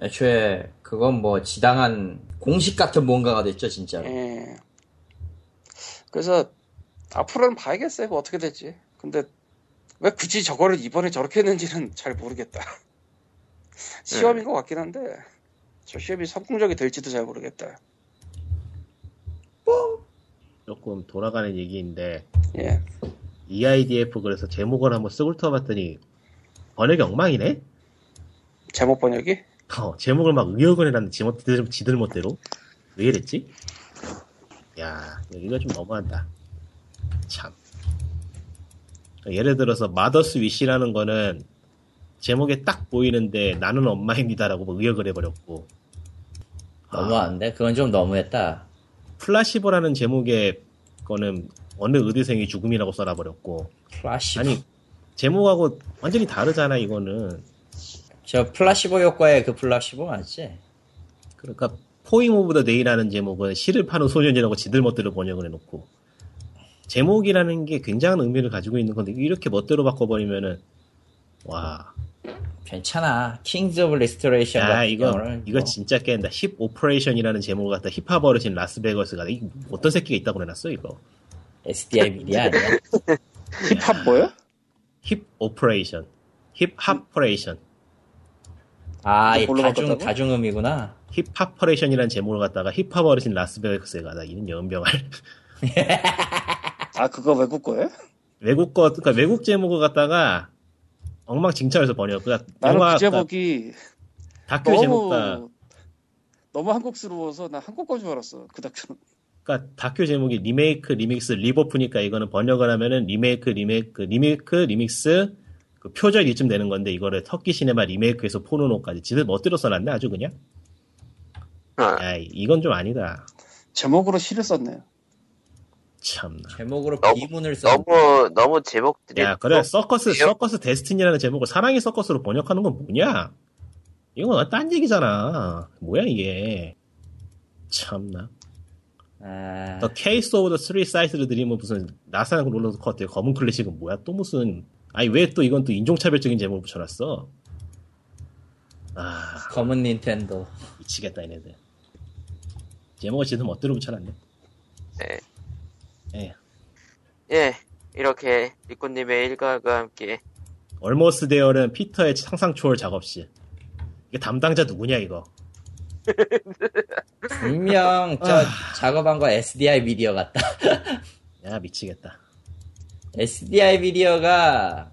Speaker 4: 애초에 그건 뭐 지당한 공식 같은 뭔가가 됐죠, 진짜로.
Speaker 3: 예. 그래서 앞으로는 봐야겠어요 뭐 어떻게 될지 근데 왜 굳이 저거를 이번에 저렇게 했는지는 잘 모르겠다 시험인 것 같긴 한데 저 시험이 성공적이 될지도 잘 모르겠다
Speaker 2: 조금 돌아가는 얘기인데 E
Speaker 3: 예
Speaker 2: EIDF 그래서 제목을 한번 쓰고 훑어봤더니 번역이 엉망이네?
Speaker 3: 제목 번역이?
Speaker 2: 어, 제목을 막 의역을 해놨는데 지들 지들 멋대로 왜 이랬지? 야 이거 좀 너무한다 참 예를 들어서 마더스 위시라는 거는 제목에 딱 보이는데 나는 엄마입니다라고 뭐 의역을 해버렸고
Speaker 4: 너무한데? 그건 좀 너무했다.
Speaker 2: 플라시보라는 제목의 거는 어느 의대생이 죽음이라고 써놔버렸고
Speaker 4: 플라시보.
Speaker 2: 아니 제목하고 완전히 다르잖아 이거는
Speaker 4: 저 플라시보 효과의 그 플라시보 맞지?
Speaker 2: 그러니까 포잉 오브 더 데이라는 제목은 시를 파는 소년이라고 지들 멋대로 번역을 해놓고 제목이라는 게 굉장한 의미를 가지고 있는 건데 이렇게 멋대로 바꿔버리면은 와,
Speaker 4: 괜찮아. 킹즈 오브 리스토레이션
Speaker 2: 야
Speaker 4: 같은
Speaker 2: 이거
Speaker 4: 경우는
Speaker 2: 이거
Speaker 4: 뭐
Speaker 2: 진짜 깬다. 힙 오퍼레이션이라는 제목을 갖다 힙합 어르신 라스베거스가 이 어떤 새끼가 있다고 해놨어 이거
Speaker 4: SDI 미디어 아니야?
Speaker 3: 힙합 뭐요?
Speaker 2: 힙 오퍼레이션, 힙 하퍼레이션,
Speaker 4: 아, 이
Speaker 3: 뭘로
Speaker 4: 다중
Speaker 3: 바꿨다고?
Speaker 4: 다중음이구나.
Speaker 2: 힙 하퍼레이션이라는 제목을 갖다가 힙합 어르신 라스베거스가 나 이런 연병할
Speaker 3: 아 그거 외국 거예요?
Speaker 2: 외국 거 그러니까 외국 제목을 갖다가 엉망진창해서 번역. 그러니까
Speaker 3: 나는
Speaker 2: 영화
Speaker 3: 그 제목이
Speaker 2: 다큐 제목과
Speaker 3: 너무 너무 한국스러워서 나 한국 건 줄 알았어 그 다큐는
Speaker 2: 그러니까 다큐 제목이 리메이크 리믹스 리버프니까 이거는 번역을 하면은 리메이크 리메이크 리메이크 리믹스 그 표절 이쯤 되는 건데 이거를 터키 시네마 리메이크에서 포르노까지 지들 멋대로 써놨네 아주 그냥
Speaker 1: 아,
Speaker 2: 야 이건 좀 아니다
Speaker 3: 제목으로 시를 썼네요
Speaker 2: 참나
Speaker 4: 제목으로
Speaker 1: 너무-
Speaker 4: 비문을 써.
Speaker 1: 너무 너무 제목들이
Speaker 2: 야 그래 서커스
Speaker 1: 예, 뭐, 그래요?
Speaker 2: 서커스 데스틴이라는 제목을 사랑의 서커스로 번역하는 건 뭐냐 이건 딴 얘기잖아 뭐야 이게 참나
Speaker 4: 아,
Speaker 2: 더 케이스 오브 더 쓰리 사이즈를 드리면 무슨 나사랑 그 롤러스커트의 검은 클래식은 뭐야? 또 무슨 아니 왜 또 이건 또 인종차별적인 제목을 붙여놨어? 아
Speaker 4: 검은 닌텐도.
Speaker 2: 미치겠다 얘네들 제목을 지금 멋대로 붙여놨네.
Speaker 1: 네.
Speaker 2: 에 예.
Speaker 1: 예, 이렇게 리코님의 일과와 함께
Speaker 2: 얼머스 대열은 피터의 상상 초월 작업실. 이게 담당자 누구냐 이거?
Speaker 4: 분명 저
Speaker 2: 아.
Speaker 4: 작업한 거 SDI 미디어 같다.
Speaker 2: 야 미치겠다.
Speaker 4: SDI 미디어가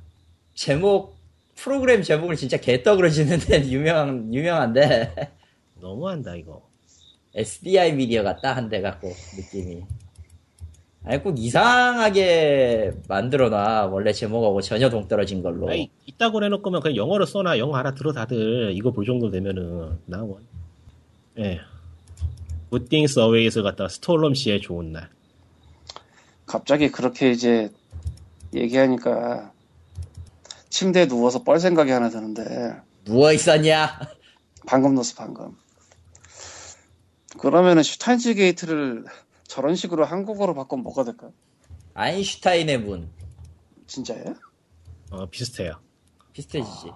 Speaker 4: 제목 프로그램 제목을 진짜 개떡으로 짓는데 유명 유명한데
Speaker 2: 너무한다 이거.
Speaker 4: SDI 미디어 같다 한 대 갖고 느낌이. 아니 꼭 이상하게 만들어놔 원래 제목하고 전혀 동떨어진 걸로.
Speaker 2: 아이 이따고 해놓고면 그냥 영어로 써놔 영어 알아들어 다들 이거 볼 정도 되면은 나 원. 예. 굿띵스 어웨이에서 갔다 스톨롬 씨의 좋은 날.
Speaker 3: 갑자기 그렇게 이제 얘기하니까 침대에 누워서 뻘 생각이 하나 드는데
Speaker 4: 누워 있었냐?
Speaker 3: 방금 넣었어 방금 그러면은 슈타인즈 게이트를 저런 식으로 한국어로 바꾸면 뭐가 될까?
Speaker 4: 아인슈타인의 문
Speaker 3: 진짜예요?
Speaker 2: 어 비슷해요.
Speaker 4: 비슷해지지.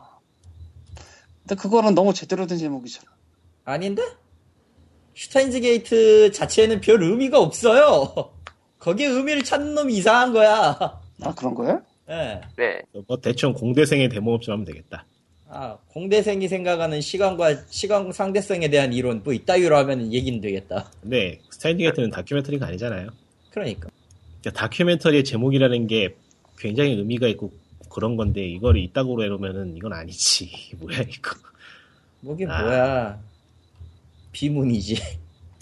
Speaker 3: 근데 그거는 너무 제대로 된 제목이잖아
Speaker 4: 아닌데? 슈타인즈 게이트 자체에는 별 의미가 없어요. 거기에 의미를 찾는 놈이 이상한 거야.
Speaker 3: 아 그런 거야?
Speaker 4: 예.
Speaker 1: 네,
Speaker 2: 뭐 대충 공대생의 대모업좀 하면 되겠다.
Speaker 4: 아, 공대생이 생각하는 시간과 시간 상대성에 대한 이론, 뭐 이따위로 하면 얘긴 되겠다.
Speaker 2: 근데 스탠딩게이트는 다큐멘터리가 아니잖아요.
Speaker 4: 그러니까.
Speaker 2: 그러니까 다큐멘터리의 제목이라는 게 굉장히 의미가 있고 그런 건데 이걸 이따구로 해놓으면은 이건 아니지 뭐야 이거
Speaker 4: 뭐게
Speaker 2: 아.
Speaker 4: 뭐야. 비문이지.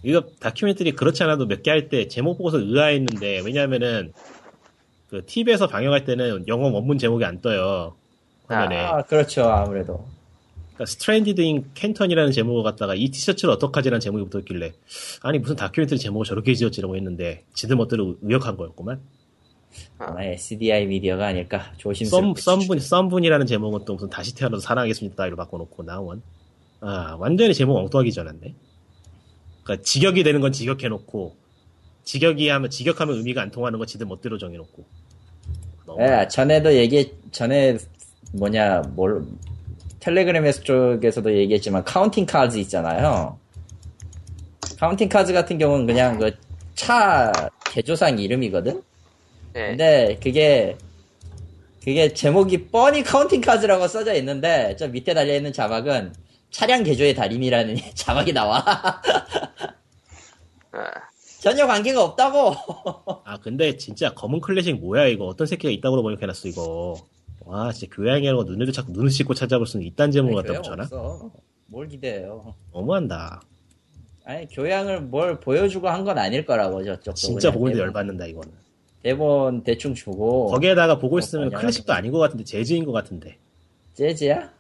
Speaker 2: 이거 다큐멘터리 그렇지 않아도 몇 개 할 때 제목 보고서 의아했는데 왜냐면은 그 TV에서 방영할 때는 영어 원문 제목이 안 떠요 화면에
Speaker 4: 아, 그렇죠. 아무래도.
Speaker 2: 그러니까 스트랜디드 인 캔턴이라는 제목을 갖다가 이 티셔츠를 어떡하지라는 제목이 붙었길래 아니 무슨 다큐멘터리 제목을 저렇게 지었지라고 했는데 지들 멋대로 의역한 거였구만
Speaker 4: 아마 SDI 미디어가 아닐까.
Speaker 2: 썸,
Speaker 4: 조심스럽게.
Speaker 2: 썸분, 썸분이라는 제목은 또 무슨 다시 태어나도 사랑하겠습니다 이로 바꿔놓고 나온 아 완전히 제목 엉뚱하게 지어놨네 그러니까 직역이 되는 건 직역해놓고 직역이 하면 직역하면 의미가 안 통하는 거 지들 멋대로 정해놓고 너무
Speaker 4: 예, 전에도 얘기, 전에 뭐냐, 뭘, 텔레그램에서 쪽에서도 얘기했지만, 카운팅 카즈 있잖아요. 카운팅 카즈 같은 경우는 그냥 그, 차, 개조상 이름이거든?
Speaker 1: 네,
Speaker 4: 근데 그게, 그게 제목이 뻔히 카운팅 카즈라고 써져 있는데, 저 밑에 달려있는 자막은, 차량 개조의 달인이라는 자막이 나와.
Speaker 1: 아,
Speaker 4: 전혀 관계가 없다고!
Speaker 2: 아 근데 진짜 검은 클래식 뭐야 이거 어떤 새끼가 이따구로 번역해놨어 이거 와 진짜 교양이라는 거 눈에도 자꾸 눈을 씻고 찾아볼 수는 이딴 제목을 갖다
Speaker 4: 교양
Speaker 2: 붙여놔
Speaker 4: 없어. 뭘 기대해요.
Speaker 2: 너무한다
Speaker 4: 아니 교양을 뭘 보여주고 한 건 아닐 거라고 저쪽
Speaker 2: 진짜 보고 있는데
Speaker 4: 대본,
Speaker 2: 열받는다 이거는
Speaker 4: 대본 대충 주고
Speaker 2: 거기에다가 보고
Speaker 4: 어,
Speaker 2: 있으면
Speaker 4: 당연하죠.
Speaker 2: 클래식도 아닌 것 같은데 재즈인 것 같은데
Speaker 4: 재즈야?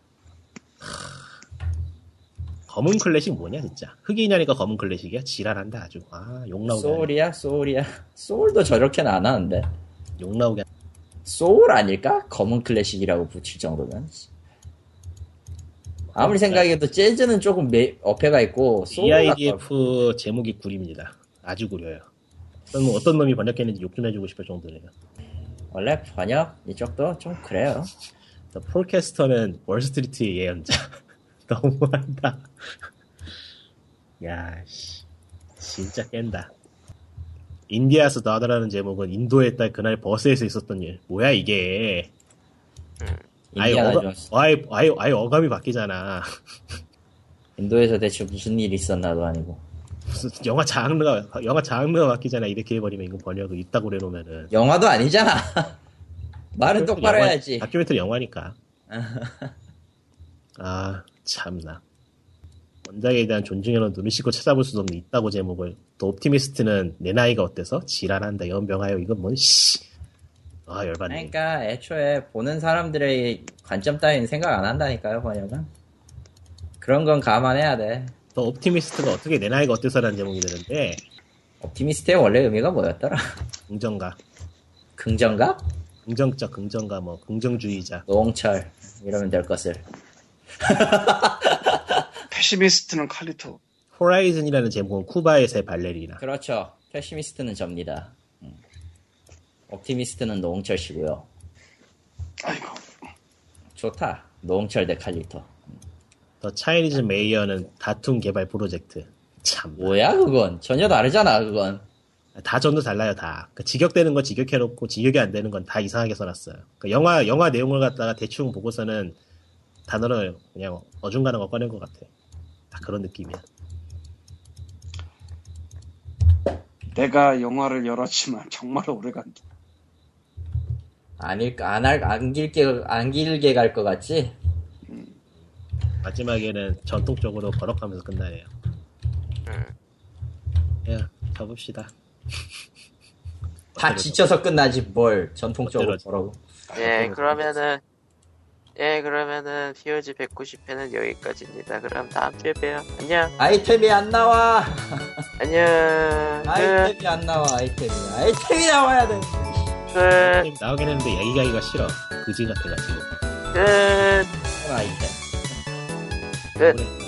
Speaker 2: 검은 클래식 뭐냐 진짜 흑인이라니까 검은 클래식이야 지랄한다 아주 아욕 나오게 하네.
Speaker 4: 소울이야 소울이야 소울도 저렇게는 안 하는데
Speaker 2: 욕 나오게 하네.
Speaker 4: 소울 아닐까? 검은 클래식이라고 붙일 정도면 아무리 생각해도 재즈는 조금 매, 어폐가 있고 소울 같고
Speaker 2: EIDF 제목이 구립니다 아주 구려요 어떤, 어떤 놈이 번역했는지 욕 좀 해주고 싶을 정도네요
Speaker 4: 원래 번역 이쪽도 좀 그래요
Speaker 2: 더 폴캐스터는 월스트리트의 예언자 너무한다 야씨 진짜 깬다 인디아스 나더라는 제목은 인도의 딸 그날 버스에서 있었던 일 뭐야 이게 아예,
Speaker 4: 인디아나
Speaker 2: 어가,
Speaker 4: 존스.
Speaker 2: 아예, 아예, 아예 어감이 바뀌잖아
Speaker 4: 인도에서 대체 무슨 일이 있었나도 아니고
Speaker 2: 무슨 영화 장르가 영화 장르가 바뀌잖아 이렇게 해버리면 이거 번역을 있다고 해놓으면은
Speaker 4: 영화도 아니잖아 말은 똑바로
Speaker 2: 영화-
Speaker 4: 해야지
Speaker 2: 다큐멘터리 영화니까 아 참나 원작에 대한 존중에는 눈을 씻고 찾아볼 수도 없는 있다고 제목을 또 옵티미스트는 내 나이가 어때서 지랄한다 연병하여 이건 뭔씨아 열받네
Speaker 4: 그러니까 애초에 보는 사람들의 관점 따위는 생각 안 한다니까요 번역은 그런 건 감안해야 돼
Speaker 2: 또 옵티미스트가 어떻게 내 나이가 어때서라는 제목이 되는데
Speaker 4: 옵티미스트의 원래 의미가 뭐였더라?
Speaker 2: 긍정가
Speaker 4: 긍정가?
Speaker 2: 긍정적 긍정가 뭐 긍정주의자
Speaker 4: 노홍철 이러면 될 것을
Speaker 3: 페시미스트는 칼리토
Speaker 2: 호라이즌이라는 제목은 쿠바의 새 발레리나
Speaker 4: 그렇죠 패시미스트는 접니다 음. 옵티미스트는 노홍철 씨고요
Speaker 3: 아이고
Speaker 4: 좋다 노홍철 대 칼리터
Speaker 2: 더 차이니즈 메이어는 다툼 개발 프로젝트 참
Speaker 4: 뭐 뭐야 그건 전혀 다르잖아 그건
Speaker 2: 다 전도 달라요 다. 그 직역되는 건 직역해놓고 직역이 안 되는 건 다 이상하게 써놨어요. 그 영화 영화 내용을 갖다가 대충 보고서는 단어를 그냥 어중간한 거 꺼낸 것 같아. 다 그런 느낌이야.
Speaker 3: 내가 영화를 열었지만 정말 오래 간다.
Speaker 4: 아닐 안할안 길게 안 길게 갈 것 같지?
Speaker 2: 마지막에는 전통적으로 버럭하면서 끝나네요. 예, 접읍시다.
Speaker 4: 다 지쳐서 끝나지 뭘 전통적으로
Speaker 2: 어때요?
Speaker 4: 뭐라고?
Speaker 1: 예, 그러면은, 예, 그러면은, POG 190회는 여기까지입니다. 그럼 다음 주에 봬요. 안녕,
Speaker 4: 아이템이 안 나와.
Speaker 1: 안녕, 끝,
Speaker 4: 아이템이 안 나와 아이템이 아이템이 나와야 돼.
Speaker 1: 끝,
Speaker 2: 나오긴 했는데 얘기하기가 싫어. 그지 같아가지고.
Speaker 1: 끝.
Speaker 4: 아이템.
Speaker 1: 끝. 네.
Speaker 2: 오랜만에.